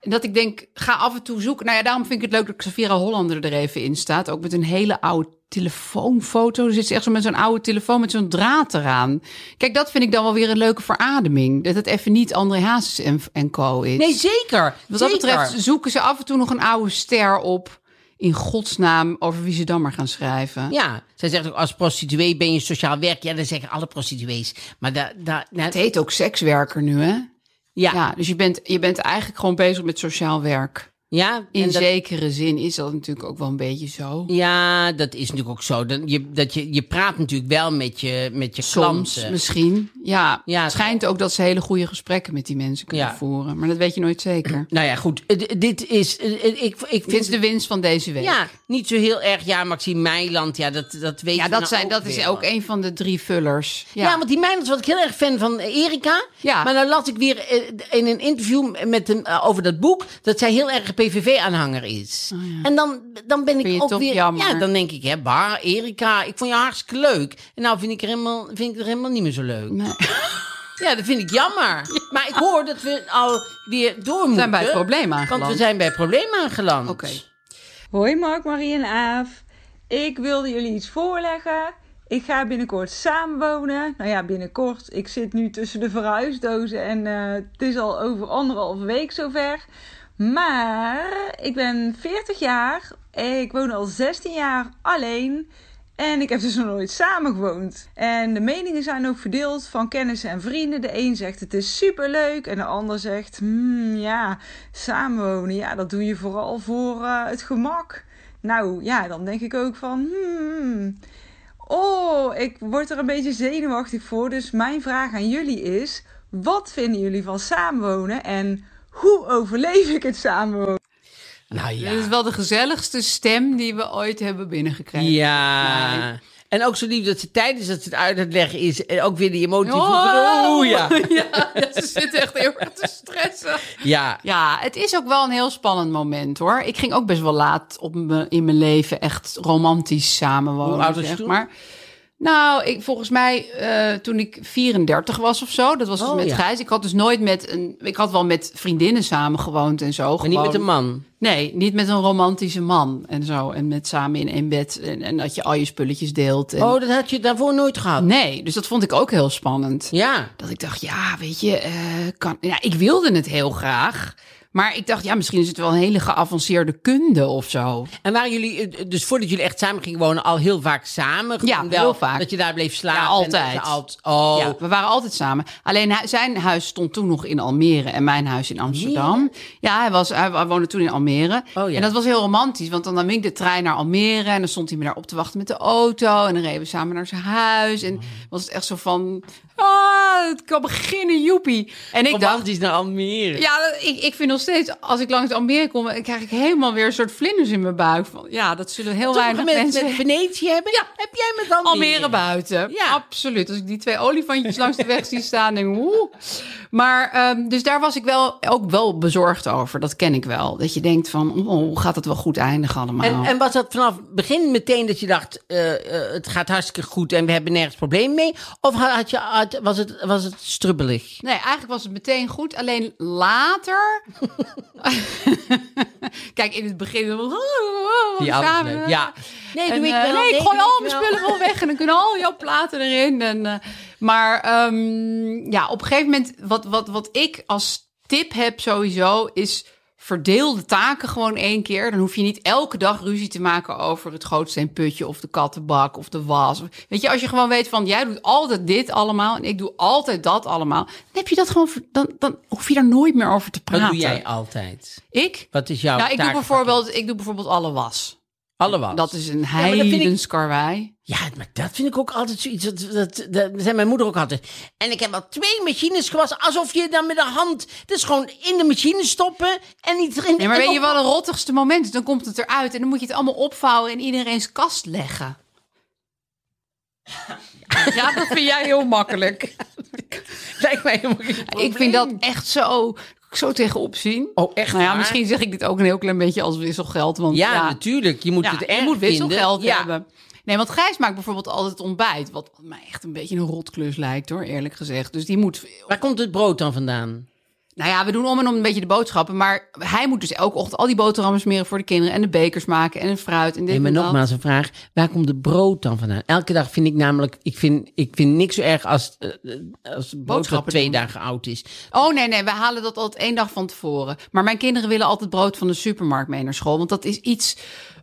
S3: En Dat ik denk, ga af en toe zoeken. Nou ja, daarom vind ik het leuk dat Xaviera Hollander er even in staat. Ook met een hele oude telefoonfoto. Dan zit ze echt zo met zo'n oude telefoon met zo'n draad eraan. Kijk, dat vind ik dan wel weer een leuke verademing. Dat het even niet André Hazes en, en co is.
S2: Nee, zeker.
S3: Wat dat
S2: zeker.
S3: betreft zoeken ze af en toe nog een oude ster op. In godsnaam, over wie ze dan maar gaan schrijven.
S2: Ja, zij zegt ook als prostituee ben je sociaal werk. Ja, dat zeggen alle prostituees. Maar da, da, nou,
S3: Het heet ook sekswerker nu, hè?
S2: ja,
S3: Ja, dus je bent, je bent eigenlijk gewoon bezig met sociaal werk.
S2: ja,
S3: In
S2: en dat-
S3: zekere zin is dat natuurlijk ook wel een beetje zo.
S2: Ja, dat is natuurlijk ook zo. Dat je, dat je, je praat natuurlijk wel met je, met je
S3: Soms
S2: klanten.
S3: misschien. Ja,
S2: Ja,
S3: het schijnt ook dat ze hele goede gesprekken met die mensen kunnen
S2: Ja.
S3: voeren. Maar dat weet je nooit zeker.
S2: Nou ja, goed. eh, d- Dit is. eh, eh, Ik, ik
S3: Dit is de winst van deze week.
S2: Ja, niet zo heel erg. Ja, Maxime Meiland. Ja, dat, dat weet
S3: Ja,
S2: je
S3: dat,
S2: nou
S3: zijn, dat is
S2: weer.
S3: ook een van de drie vullers.
S2: Ja. want die Meiland was ik heel erg fan van eh, Erika.
S3: Ja.
S2: Maar dan las ik weer eh, in een interview met hem eh, over dat boek... dat zij heel erg een PVV-aanhanger is. En dan, dan ben
S3: Oh, Vind
S2: ik
S3: je
S2: ook
S3: toch
S2: weer...
S3: jammer.
S2: Ja, dan denk ik, hè, bah, Erika, ik vond je hartstikke leuk. En nou vind ik, er helemaal, vind ik er helemaal niet meer zo leuk.
S3: Nee.
S2: Ja, dat vind ik jammer. Maar ik hoor dat we al weer door moeten.
S3: bij het probleem
S2: Want we
S3: aangeland.
S2: zijn bij het probleem aangeland.
S3: Oké.
S4: Hoi Mark, Marie en Aaf. Ik wilde jullie iets voorleggen. Ik ga binnenkort samenwonen. Nou ja, binnenkort. Ik zit nu tussen de verhuisdozen en eh, het is al over anderhalve week zover. Maar ik ben 40 jaar. Ik woon al 16 jaar alleen. En ik heb dus nog nooit samengewoond. En de meningen zijn ook verdeeld van kennissen en vrienden. De een zegt het is superleuk. En de ander zegt, hmm, ja, samenwonen, ja, dat doe je vooral voor eh, het gemak. Nou ja, dan denk ik ook van, hmm, oh, ik word er een beetje zenuwachtig voor. Dus mijn vraag aan jullie is, wat vinden jullie van samenwonen? En hoe overleef ik het samenwonen?
S2: Nou ja.
S3: Dit is wel de gezelligste stem die we ooit hebben binnengekregen.
S2: Ja. En ook zo lief dat ze tijdens dat ze het uit aan het leggen is... en ook weer die emotie voelt van,
S3: Oh.
S2: oeh, ja.
S3: Ja, ze zit echt heel erg te stressen.
S2: Ja.
S3: Ja, het is ook wel een heel spannend moment hoor. Ik ging ook best wel laat op me, in mijn leven echt romantisch samenwonen.
S2: Hoe oud was je
S3: zeg
S2: toen?
S3: maar. Nou, ik, volgens mij eh, toen ik 34 was of zo. Dat was dus
S2: Oh,
S3: met
S2: ja.
S3: Gijs. Ik had dus nooit met een. Ik had wel met vriendinnen samengewoond en zo.
S2: Maar niet met
S3: gewoon-
S2: een man.
S3: Nee, niet met een romantische man en zo. En met samen in één bed. En, en dat je al je spulletjes deelt. En...
S2: Oh, dat had je daarvoor nooit gehad.
S3: Nee, dus dat vond ik ook heel spannend.
S2: Ja.
S3: Dat ik dacht, ja, weet je, eh, kan, ja, ik wilde het heel graag. Maar ik dacht, ja, misschien is het wel een hele geavanceerde kunde of zo.
S2: En waren jullie, eh, dus voordat jullie echt samen gingen wonen, al heel vaak samen?
S3: Ja,
S2: Gewoon wel,
S3: heel vaak.
S2: Dat je daar bleef slapen?
S3: Ja,
S2: en dat je
S3: altijd.
S2: alt- oh,
S3: Ja, we waren altijd samen. Alleen hij- zijn huis stond toen nog in Almere en mijn huis in Amsterdam. Ja, hij, was, hij hij woonde toen in Almere.
S2: Oh ja.
S3: En dat was heel romantisch, want dan nam ik de trein naar Almere... en dan stond hij me daar op te wachten met de auto... en dan reden we samen naar zijn huis.
S2: Oh.
S3: En was het echt zo van, ah, het kan beginnen, joepie. En ik dacht,
S2: romantisch naar Almere.
S3: Ja, dat- ik, ik vind nog steeds, als ik langs Almere kom, dan krijg ik helemaal weer een soort vlinders in mijn buik. Van, ja, dat zullen heel
S2: Sommige
S3: weinig
S2: mensen
S3: mensen
S2: met Venetië hebben. Ja. Heb jij met Almere?
S3: Almere buiten.
S2: Ja.
S3: Absoluut. Als ik die twee olifantjes langs de weg zie staan, denk ik, oeh. Maar, ehm, dus daar was ik wel, ook wel bezorgd over. Dat ken ik wel. Dat je denkt van, oh, gaat het wel goed eindigen allemaal?
S2: En, en was dat vanaf het begin meteen dat je dacht, eh, eh, het gaat hartstikke goed en we hebben nergens probleem mee? Of had had je, had- was, het, was het strubbelig?
S3: Nee, eigenlijk was het meteen goed. Alleen later. Kijk, in het begin.
S2: Die
S3: samen.
S2: afsluit, ja. Nee, doe
S3: En,
S2: ik
S3: eh,
S2: wel,
S3: nee, ik
S2: nee,
S3: gooi
S2: doe
S3: al
S2: ik
S3: mijn
S2: wel.
S3: spullen gewoon weg en dan kunnen al jouw platen erin. En, eh, maar ehm, ja, op een gegeven moment, wat, wat, wat ik als tip heb sowieso, is verdeel de taken gewoon één keer. Dan hoef je niet elke dag ruzie te maken over het grootsteenputje of de kattenbak of de was. Weet je, als je gewoon weet van, jij doet altijd dit allemaal en ik doe altijd dat allemaal. Dan heb je dat gewoon, ver- dan, dan hoef je daar nooit meer over te
S2: Wat
S3: praten.
S2: doe jij altijd?
S3: Ik?
S2: Wat is jouw
S3: Nou, ik doe,
S2: taak?
S3: bijvoorbeeld, ik doe bijvoorbeeld alle was.
S2: Alle was.
S3: Dat is een
S2: maar dat vind ik-
S3: heidens karwei.
S2: Ja, maar dat vind ik ook altijd zoiets. Dat, dat, dat zei mijn moeder ook altijd. En ik heb al twee machines gewassen. Alsof je dan met de hand... Het is gewoon in de machine stoppen en niet erin.
S3: Nee, maar
S2: en
S3: weet
S2: op-
S3: je wat het rottigste moment is? Dan komt het eruit en dan moet je het allemaal opvouwen en in iedereen's kast leggen. Ja, dat vind jij heel makkelijk.
S2: Lijkt mij helemaal geen probleem.
S3: Ik vind dat echt zo, zo tegenop zien.
S2: Oh, echt
S3: Nou ja,
S2: waar?
S3: misschien zeg ik dit ook een heel klein beetje als wisselgeld. Want
S2: Ja,
S3: ja,
S2: natuurlijk. Je moet
S3: Ja,
S2: het
S3: je
S2: erg
S3: moet wisselgeld
S2: vinden. Ja.
S3: hebben. Nee, want Gijs maakt bijvoorbeeld altijd ontbijt. Wat mij echt een beetje een rotklus lijkt hoor, eerlijk gezegd. Dus die moet...
S2: Waar komt het brood dan vandaan?
S3: Nou ja, we doen om en om een beetje de boodschappen. Maar hij moet dus elke ochtend al die boterhammen smeren voor de kinderen. En de bekers maken en het fruit en dit
S2: Nee, maar
S3: en dat.
S2: nogmaals een vraag. Waar komt het brood dan vandaan? Elke dag vind ik namelijk... Ik vind, ik vind niks zo erg als, eh, eh, als het brood wat
S3: Boodschappen
S2: twee
S3: doen.
S2: dagen oud is.
S3: Oh nee, nee, we halen dat altijd één dag van tevoren. Maar mijn kinderen willen altijd brood van de supermarkt mee naar school. Want dat is iets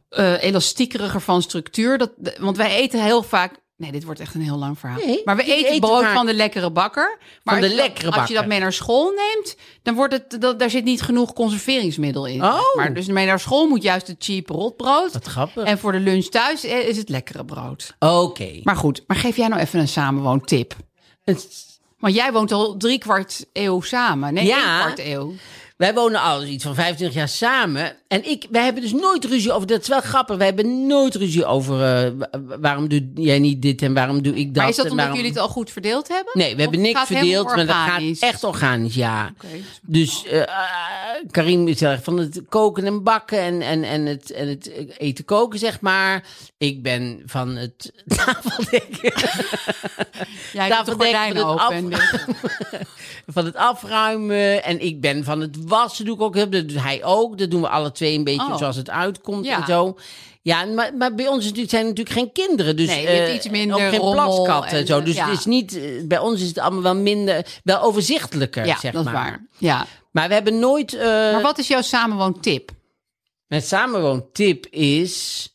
S3: eh, elastiekeriger van structuur. Dat, de- want wij eten heel vaak. Nee, dit wordt echt een heel lang verhaal.
S2: Nee,
S3: maar we
S2: jullie
S3: eten,
S2: eten
S3: brood
S2: vaak-
S3: van de lekkere bakker. Maar
S2: Van de
S3: als je dat-
S2: lekkere
S3: Als je dat
S2: bakker.
S3: mee naar school neemt, dan wordt het, dat, daar zit niet genoeg conserveringsmiddel in.
S2: Oh.
S3: Maar dus mee naar school moet juist het cheap rotbrood.
S2: Wat grappig.
S3: En voor de lunch thuis eh, is het lekkere brood.
S2: Oké.
S3: Maar goed, maar geef jij nou even een samenwoontip.
S2: Het-
S3: Want jij woont al drie kwart eeuw samen. Nee,
S2: Ja.
S3: één kwart eeuw.
S2: Wij wonen al iets van 25 jaar samen. En ik, wij hebben dus nooit ruzie over. Dat is wel grappig. Wij hebben nooit ruzie over. eh, wa- wa- waarom doe jij niet dit en waarom doe ik dat?
S3: Maar is dat
S2: en
S3: omdat
S2: waarom-
S3: jullie het al goed verdeeld hebben?
S2: Nee, we hebben
S3: Of
S2: niks
S3: gaat het helemaal
S2: verdeeld. Maar dat gaat
S3: organisch?
S2: echt organisch, ja.
S3: Oké.
S2: Dus eh, eh, Karim is heel erg van het koken en bakken en, en, en, het, en het eten koken, zeg maar. Ik ben van het tafeldekken.
S3: Jij doet de
S2: Tafeldek
S3: gordijnen
S2: met het
S3: open. en
S2: af-
S3: dit.
S2: van het afruimen. En ik ben van het wassen, doe ik ook. heel- Dat doet hij ook. Dat doen we alle twee een beetje
S3: Oh.
S2: zoals het uitkomt
S3: Ja.
S2: en zo. Ja, maar, maar bij ons is natuurlijk, zijn natuurlijk geen kinderen. Dus,
S3: Nee, je hebt
S2: eh,
S3: iets minder
S2: ook geen
S3: rommel
S2: plaskatten en,
S3: en,
S2: zo.
S3: eh,
S2: Dus
S3: ja.
S2: het is niet, eh, bij ons is het allemaal wel minder, wel overzichtelijker,
S3: Ja,
S2: zeg
S3: dat is
S2: maar.
S3: waar. Ja.
S2: Maar we hebben nooit... eh,
S3: Maar wat is jouw samenwoontip?
S2: Mijn samenwoontip is...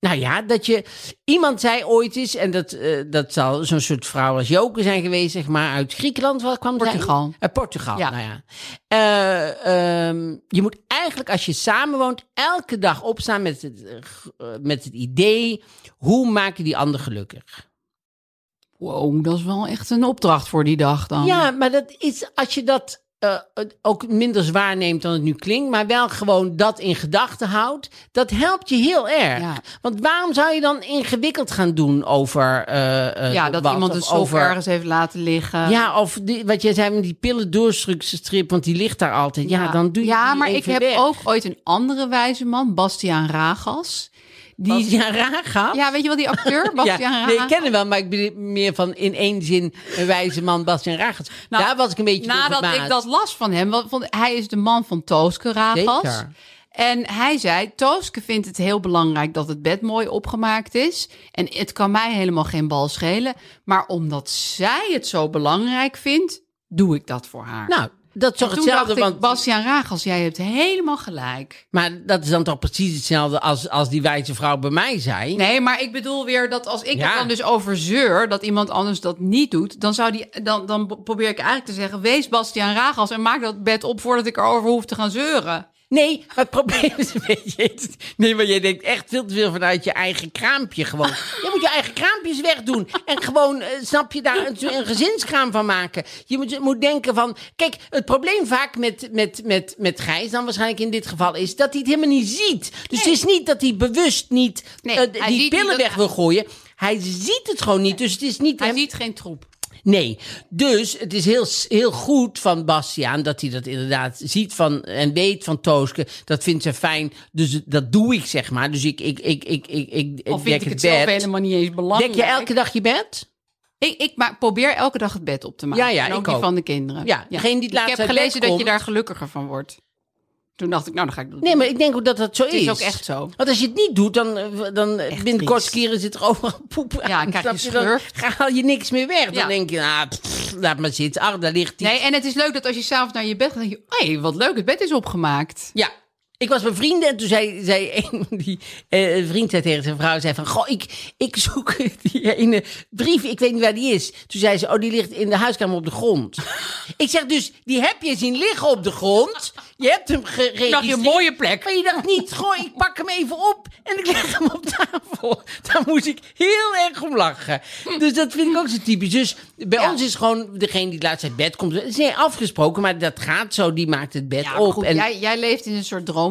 S2: Nou ja, dat je... Iemand zei ooit eens, en dat, eh, dat zal zo'n soort vrouw als Joke zijn geweest, zeg maar, uit Griekenland. Wat kwam zij?
S3: Portugal.
S2: Eh, Portugal,
S3: Ja.
S2: nou ja. Eh, ehm, je moet eigenlijk als je samenwoont elke dag opstaan met het, eh, g- eh, met het idee... hoe maak je die ander gelukkig?
S3: Wow, dat is wel echt een opdracht voor die dag dan.
S2: Ja, maar dat is als je dat eh, ook minder zwaar neemt dan het nu klinkt, maar wel gewoon dat in gedachten houdt, dat helpt je heel erg.
S3: Ja.
S2: Want waarom zou je dan ingewikkeld gaan doen over. eh, eh,
S3: Ja, dat
S2: wat,
S3: iemand
S2: of
S3: een sok
S2: over-
S3: ergens heeft laten liggen.
S2: Ja, of die, wat jij zei met die pillen doorstrip, want die ligt daar altijd. Ja, dan doe je
S3: Ja,
S2: die
S3: maar ik
S2: even
S3: heb
S2: weg.
S3: ook ooit een andere wijze man, Bastiaan Ragas. Die,
S2: Die ja, raar gaat.
S3: Ja, weet je wel, die acteur, Bastiaan
S2: Ja,
S3: Ragas.
S2: nee, ik ken hem wel, maar ik ben meer van in één zin een wijze man Bastiaan Ragas.
S3: Nou,
S2: Daar was ik een beetje van
S3: Nadat
S2: verbaasd.
S3: ik dat las van hem, want want hij is de man van Tooske Ragas.
S2: Zeker.
S3: En hij zei, Tooske vindt het heel belangrijk dat het bed mooi opgemaakt is. En het kan mij helemaal geen bal schelen. Maar omdat zij het zo belangrijk vindt, doe ik dat voor haar.
S2: Nou, dat is
S3: En
S2: toch
S3: toen dacht
S2: hetzelfde,
S3: ik,
S2: want
S3: Bastiaan Ragas, jij hebt helemaal gelijk.
S2: Maar dat is dan toch precies hetzelfde als, als die wijze vrouw bij mij zei.
S3: Nee, maar ik bedoel weer dat als ik
S2: Ja.
S3: er dan dus over zeur dat iemand anders dat niet doet, dan, zou die, dan, dan probeer ik eigenlijk te zeggen: wees Bastiaan Ragas en maak dat bed op voordat ik erover hoef te gaan zeuren.
S2: Nee, het probleem is een beetje... Nee, maar jij denkt echt veel te veel vanuit je eigen kraampje gewoon. Je moet je eigen kraampjes wegdoen. En gewoon, eh, snap je, daar een, een gezinskraam van maken. Je moet, je moet denken van... Kijk, het probleem vaak met, met, met, met Gijs dan waarschijnlijk in dit geval is... dat hij het helemaal niet ziet. Dus het is niet dat hij bewust niet
S3: Nee,
S2: eh,
S3: hij
S2: die
S3: ziet niet
S2: pillen
S3: dat-
S2: weg wil gooien... Hij ziet het gewoon niet, dus het is niet...
S3: Hij
S2: hem-
S3: ziet geen troep.
S2: Nee, dus het is heel, heel goed van Bastiaan dat hij dat inderdaad ziet van, en weet van Tooske. Dat vindt ze fijn, dus dat doe ik zeg maar. Dus ik, ik, ik, ik, ik, ik
S3: Of vind
S2: dek
S3: ik het zelf
S2: bed.
S3: helemaal niet eens belangrijk.
S2: Dek je elke dag je bed?
S3: Ik, ik ma- probeer elke dag het bed op te maken.
S2: Ja, ja,
S3: en ook
S2: ik
S3: die
S2: ook.
S3: van de kinderen.
S2: Ja, degene die het laatst
S3: ik heb
S2: uit bed
S3: gelezen dat je
S2: komt-
S3: daar gelukkiger van wordt. Toen dacht ik, nou, dan ga ik dat
S2: Nee,
S3: doen.
S2: maar ik denk ook dat dat zo
S3: Het is ook echt zo.
S2: Want als je het niet doet, dan, eh, dan eh, binnen
S3: triest.
S2: korte keren zit er overal poep aan.
S3: Ja, krijg je
S2: Snap Dan
S3: schurft.
S2: ga- haal je niks meer weg. Dan
S3: Ja.
S2: denk je, nou, pff, laat maar zitten. Ach, daar ligt hij.
S3: Nee, en het is leuk dat als je s'avonds naar je bed gaat, dan denk je, hé, hey, wat leuk, het bed is opgemaakt.
S2: Ja. Ik was bij vrienden en toen zei, zei een van die eh, vriend zei tegen zijn vrouw: zei van, Goh, ik, ik zoek die ene brief, ik weet niet waar die is. Toen zei ze: Oh, die ligt in de huiskamer op de grond. ik zeg dus: Die heb je zien liggen op de grond. Je hebt hem geregistreerd.
S3: dacht, je mooie plek.
S2: Maar je dacht niet: Goh, ik pak hem even op en ik leg hem op tafel. Daar moest ik heel erg om lachen. Dus dat vind ik ook zo typisch. Dus bij
S3: Ja.
S2: ons is gewoon degene die het laatst uit bed komt. Het is niet afgesproken, maar dat gaat zo. Die maakt het bed
S3: Ja, maar
S2: op.
S3: goed,
S2: en
S3: jij, jij leeft in een soort droomwereld.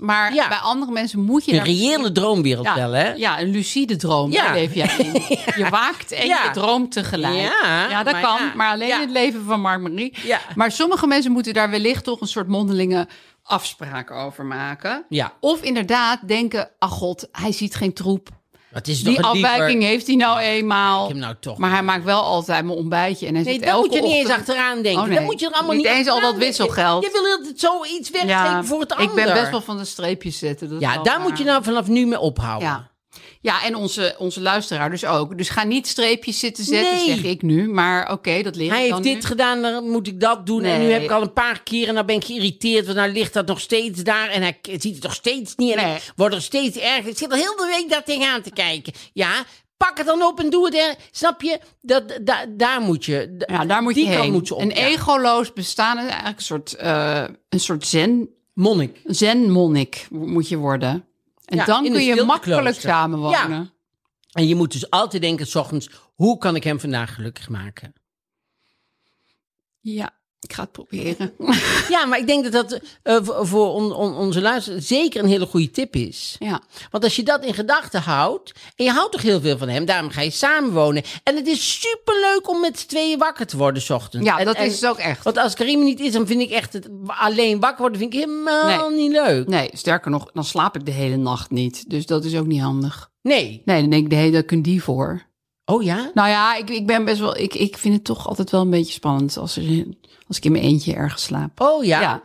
S3: Maar
S2: Ja.
S3: bij andere mensen moet je...
S2: een
S3: daar-
S2: reële droomwereld
S3: ja,
S2: wel, hè?
S3: Ja, een lucide droom
S2: Ja.
S3: daar leef jij in. Je waakt en
S2: Ja.
S3: je droomt tegelijk.
S2: Ja,
S3: dat
S2: maar
S3: kan.
S2: ja.
S3: Maar alleen
S2: Ja.
S3: in het leven van Mark-Marie.
S2: Ja.
S3: Maar sommige mensen moeten daar wellicht toch een soort mondelinge afspraak over maken.
S2: Ja.
S3: Of inderdaad denken, ach god, hij ziet geen troep.
S2: Wat is
S3: Die
S2: toch een
S3: afwijking
S2: liever-
S3: heeft hij nou eenmaal.
S2: Ik heb nou toch-
S3: Maar hij maakt wel altijd mijn ontbijtje. En hij
S2: Nee,
S3: zit
S2: daar
S3: elke
S2: moet je niet eens
S3: ochtend-
S2: achteraan denken.
S3: Oh, nee.
S2: Dat moet je er allemaal niet
S3: eens al
S2: achteraan
S3: dat
S2: denken.
S3: wisselgeld.
S2: Je wil altijd zoiets weggeven voor het ander.
S3: Ik ben best wel van de streepjes zetten. dat is
S2: Ja,
S3: wel
S2: daar
S3: waar.
S2: moet je nou vanaf nu mee ophouden.
S3: Ja. Ja, en onze, onze luisteraar dus ook. Dus ga niet streepjes zitten zetten,
S2: Nee.
S3: zeg ik nu. Maar oké, dat leer
S2: Hij
S3: ik
S2: heeft
S3: dan
S2: dit
S3: nu.
S2: gedaan, dan moet ik dat doen. En nu
S3: Nee.
S2: heb ik al een paar keer en dan ben ik geïrriteerd. Want nou ligt dat nog steeds daar en hij k- ziet het nog steeds niet. En
S3: Nee.
S2: ik word er steeds erger. Ik zit al heel de week daar tegenaan te kijken. Ja, pak het dan op en doe het er. Snap je? Dat, da- daar moet je. d-
S3: Ja, daar moet
S2: die
S3: je
S2: kant
S3: heen.
S2: moet je op.
S3: een
S2: ja.
S3: egoloos bestaan is eigenlijk een soort, eh, een soort zen,
S2: Monnik.
S3: zen-monnik mo- moet je worden. En
S2: Ja,
S3: dan
S2: in
S3: kun
S2: een
S3: je
S2: stilteklooster.
S3: makkelijk samenwonen.
S2: Ja. En je moet dus altijd denken, s ochtends, hoe kan ik hem vandaag gelukkig maken?
S3: Ja, ik ga het proberen.
S2: Ja, maar ik denk dat dat eh, voor- voor on- on- onze luisteraar zeker een hele goede tip is.
S3: ja.
S2: Want als je dat in gedachten houdt, en je houdt toch heel veel van hem, daarom ga je samenwonen. En het is superleuk om met z'n tweeën wakker te worden s ochtends.
S3: ja,
S2: En-
S3: dat
S2: en-
S3: is het ook echt.
S2: Want als Karim niet is, dan vind ik echt het alleen wakker worden vind ik helemaal niet leuk.
S3: Nee, sterker nog, dan slaap ik de hele nacht niet. Dus dat is ook niet handig.
S2: Nee.
S3: Nee, dan denk ik, de hele dag kun die voor.
S2: Oh ja?
S3: Nou ja, ik, ik ben best wel. Ik, ik vind het toch altijd wel een beetje spannend als, er, als ik in mijn eentje ergens slaap.
S2: Oh ja.
S3: Ja.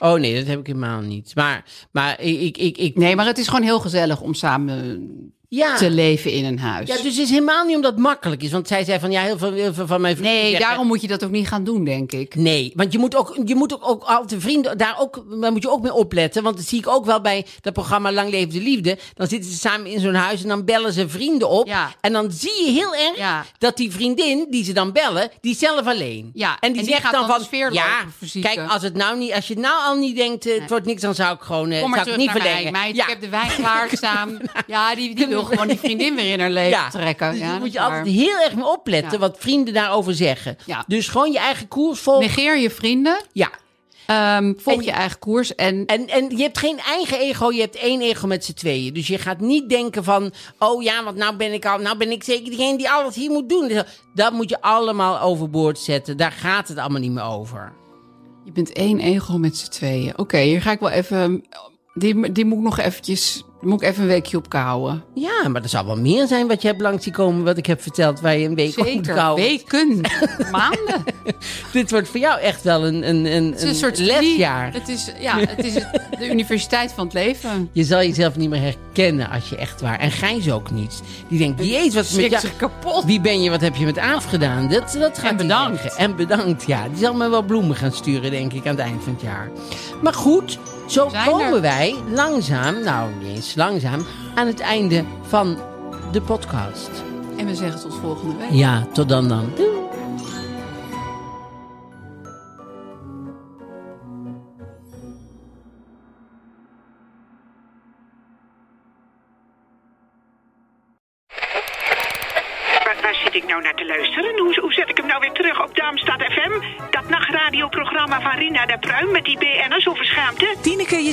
S2: Oh nee, dat heb ik helemaal niet. Maar, maar ik, ik, ik, ik-
S3: Nee, maar het is gewoon heel gezellig om samen
S2: ja.
S3: te leven in een huis.
S2: Ja, dus het is helemaal niet omdat het makkelijk is. Want zij zei van, ja, heel veel, heel veel van mijn vrienden...
S3: nee,
S2: zeggen-
S3: daarom moet je dat ook niet gaan doen, denk ik.
S2: Nee, want je moet ook, je moet ook, ook altijd vrienden, daar, ook, daar moet je ook mee opletten. Want dat zie ik ook wel bij dat programma Lang Leef de Liefde. Dan zitten ze samen in zo'n huis en dan bellen ze vrienden op.
S3: Ja.
S2: En dan zie je heel erg
S3: Ja.
S2: dat die vriendin die ze dan bellen, die is zelf alleen.
S3: Ja,
S2: en
S3: en
S2: die
S3: die
S2: zegt
S3: gaat
S2: dan
S3: dan
S2: van,
S3: de sfeer
S2: ja,
S3: lopen, fysieke.
S2: kijk, als, het nou niet, als je het nou al niet denkt, eh, het wordt niks, dan zou ik gewoon eh,
S3: Kom maar
S2: zou ik
S3: terug
S2: niet
S3: naar mij,
S2: verlengen.
S3: meid.
S2: ja.
S3: Ik heb de wijn klaarstaan. Ja, die, die wil gewoon die vriendin weer in haar leven trekken.
S2: dus
S3: Ja,
S2: daar
S3: dat
S2: moet je
S3: is waar.
S2: altijd heel erg mee opletten
S3: Ja.
S2: wat vrienden daarover zeggen.
S3: Ja.
S2: Dus gewoon je eigen koers volgen.
S3: Negeer je vrienden,
S2: Ja.
S3: ehm, volg
S2: En-
S3: je eigen koers en
S2: En, en je hebt geen eigen ego, je hebt één ego met z'n tweeën. Dus je gaat niet denken van, oh ja, want nou ben ik, al, nou ben ik zeker degene die alles hier moet doen. Dus Dat moet je allemaal overboord zetten. Daar gaat het allemaal niet meer over.
S3: Je bent één egel met z'n tweeën. Oké, hier ga ik wel even. ehm, Die, die moet ik nog eventjes. die moet ik even een weekje op kouwen.
S2: Ja, maar er zal wel meer zijn wat je hebt langs zien komen, wat ik heb verteld, waar je een week op moet houden.
S3: Weken. Maanden.
S2: Dit wordt voor jou echt wel een, een, een,
S3: Het is een soort
S2: lesjaar.
S3: Het is, ja, het is het- de universiteit van het leven.
S2: Je zal jezelf niet meer herkennen als je echt waar. En Gijs ook niet. Die denkt, jezus, wat is met
S3: Schrikt
S2: jou...
S3: zich kapot.
S2: Wie ben je, wat heb je met Aaf gedaan? Dat, dat gaat
S3: En
S2: hij
S3: bedankt.
S2: zeggen. En bedankt, ja. Die zal me wel bloemen gaan sturen, denk ik, aan het eind van het jaar. Maar goed, zo
S3: Zijn
S2: komen
S3: er-
S2: wij langzaam, nou niet eens langzaam, aan het einde van de podcast.
S3: En we zeggen tot volgende week.
S2: Ja, tot dan dan. Doei.
S5: Waar, waar zit ik nou naar te luisteren? Hoe, hoe zet ik hem nou weer terug op Darmstad FM? Dat nachtradioprogramma van Rina de Pruim met die BN'ers over schaamte?
S6: Tineke, je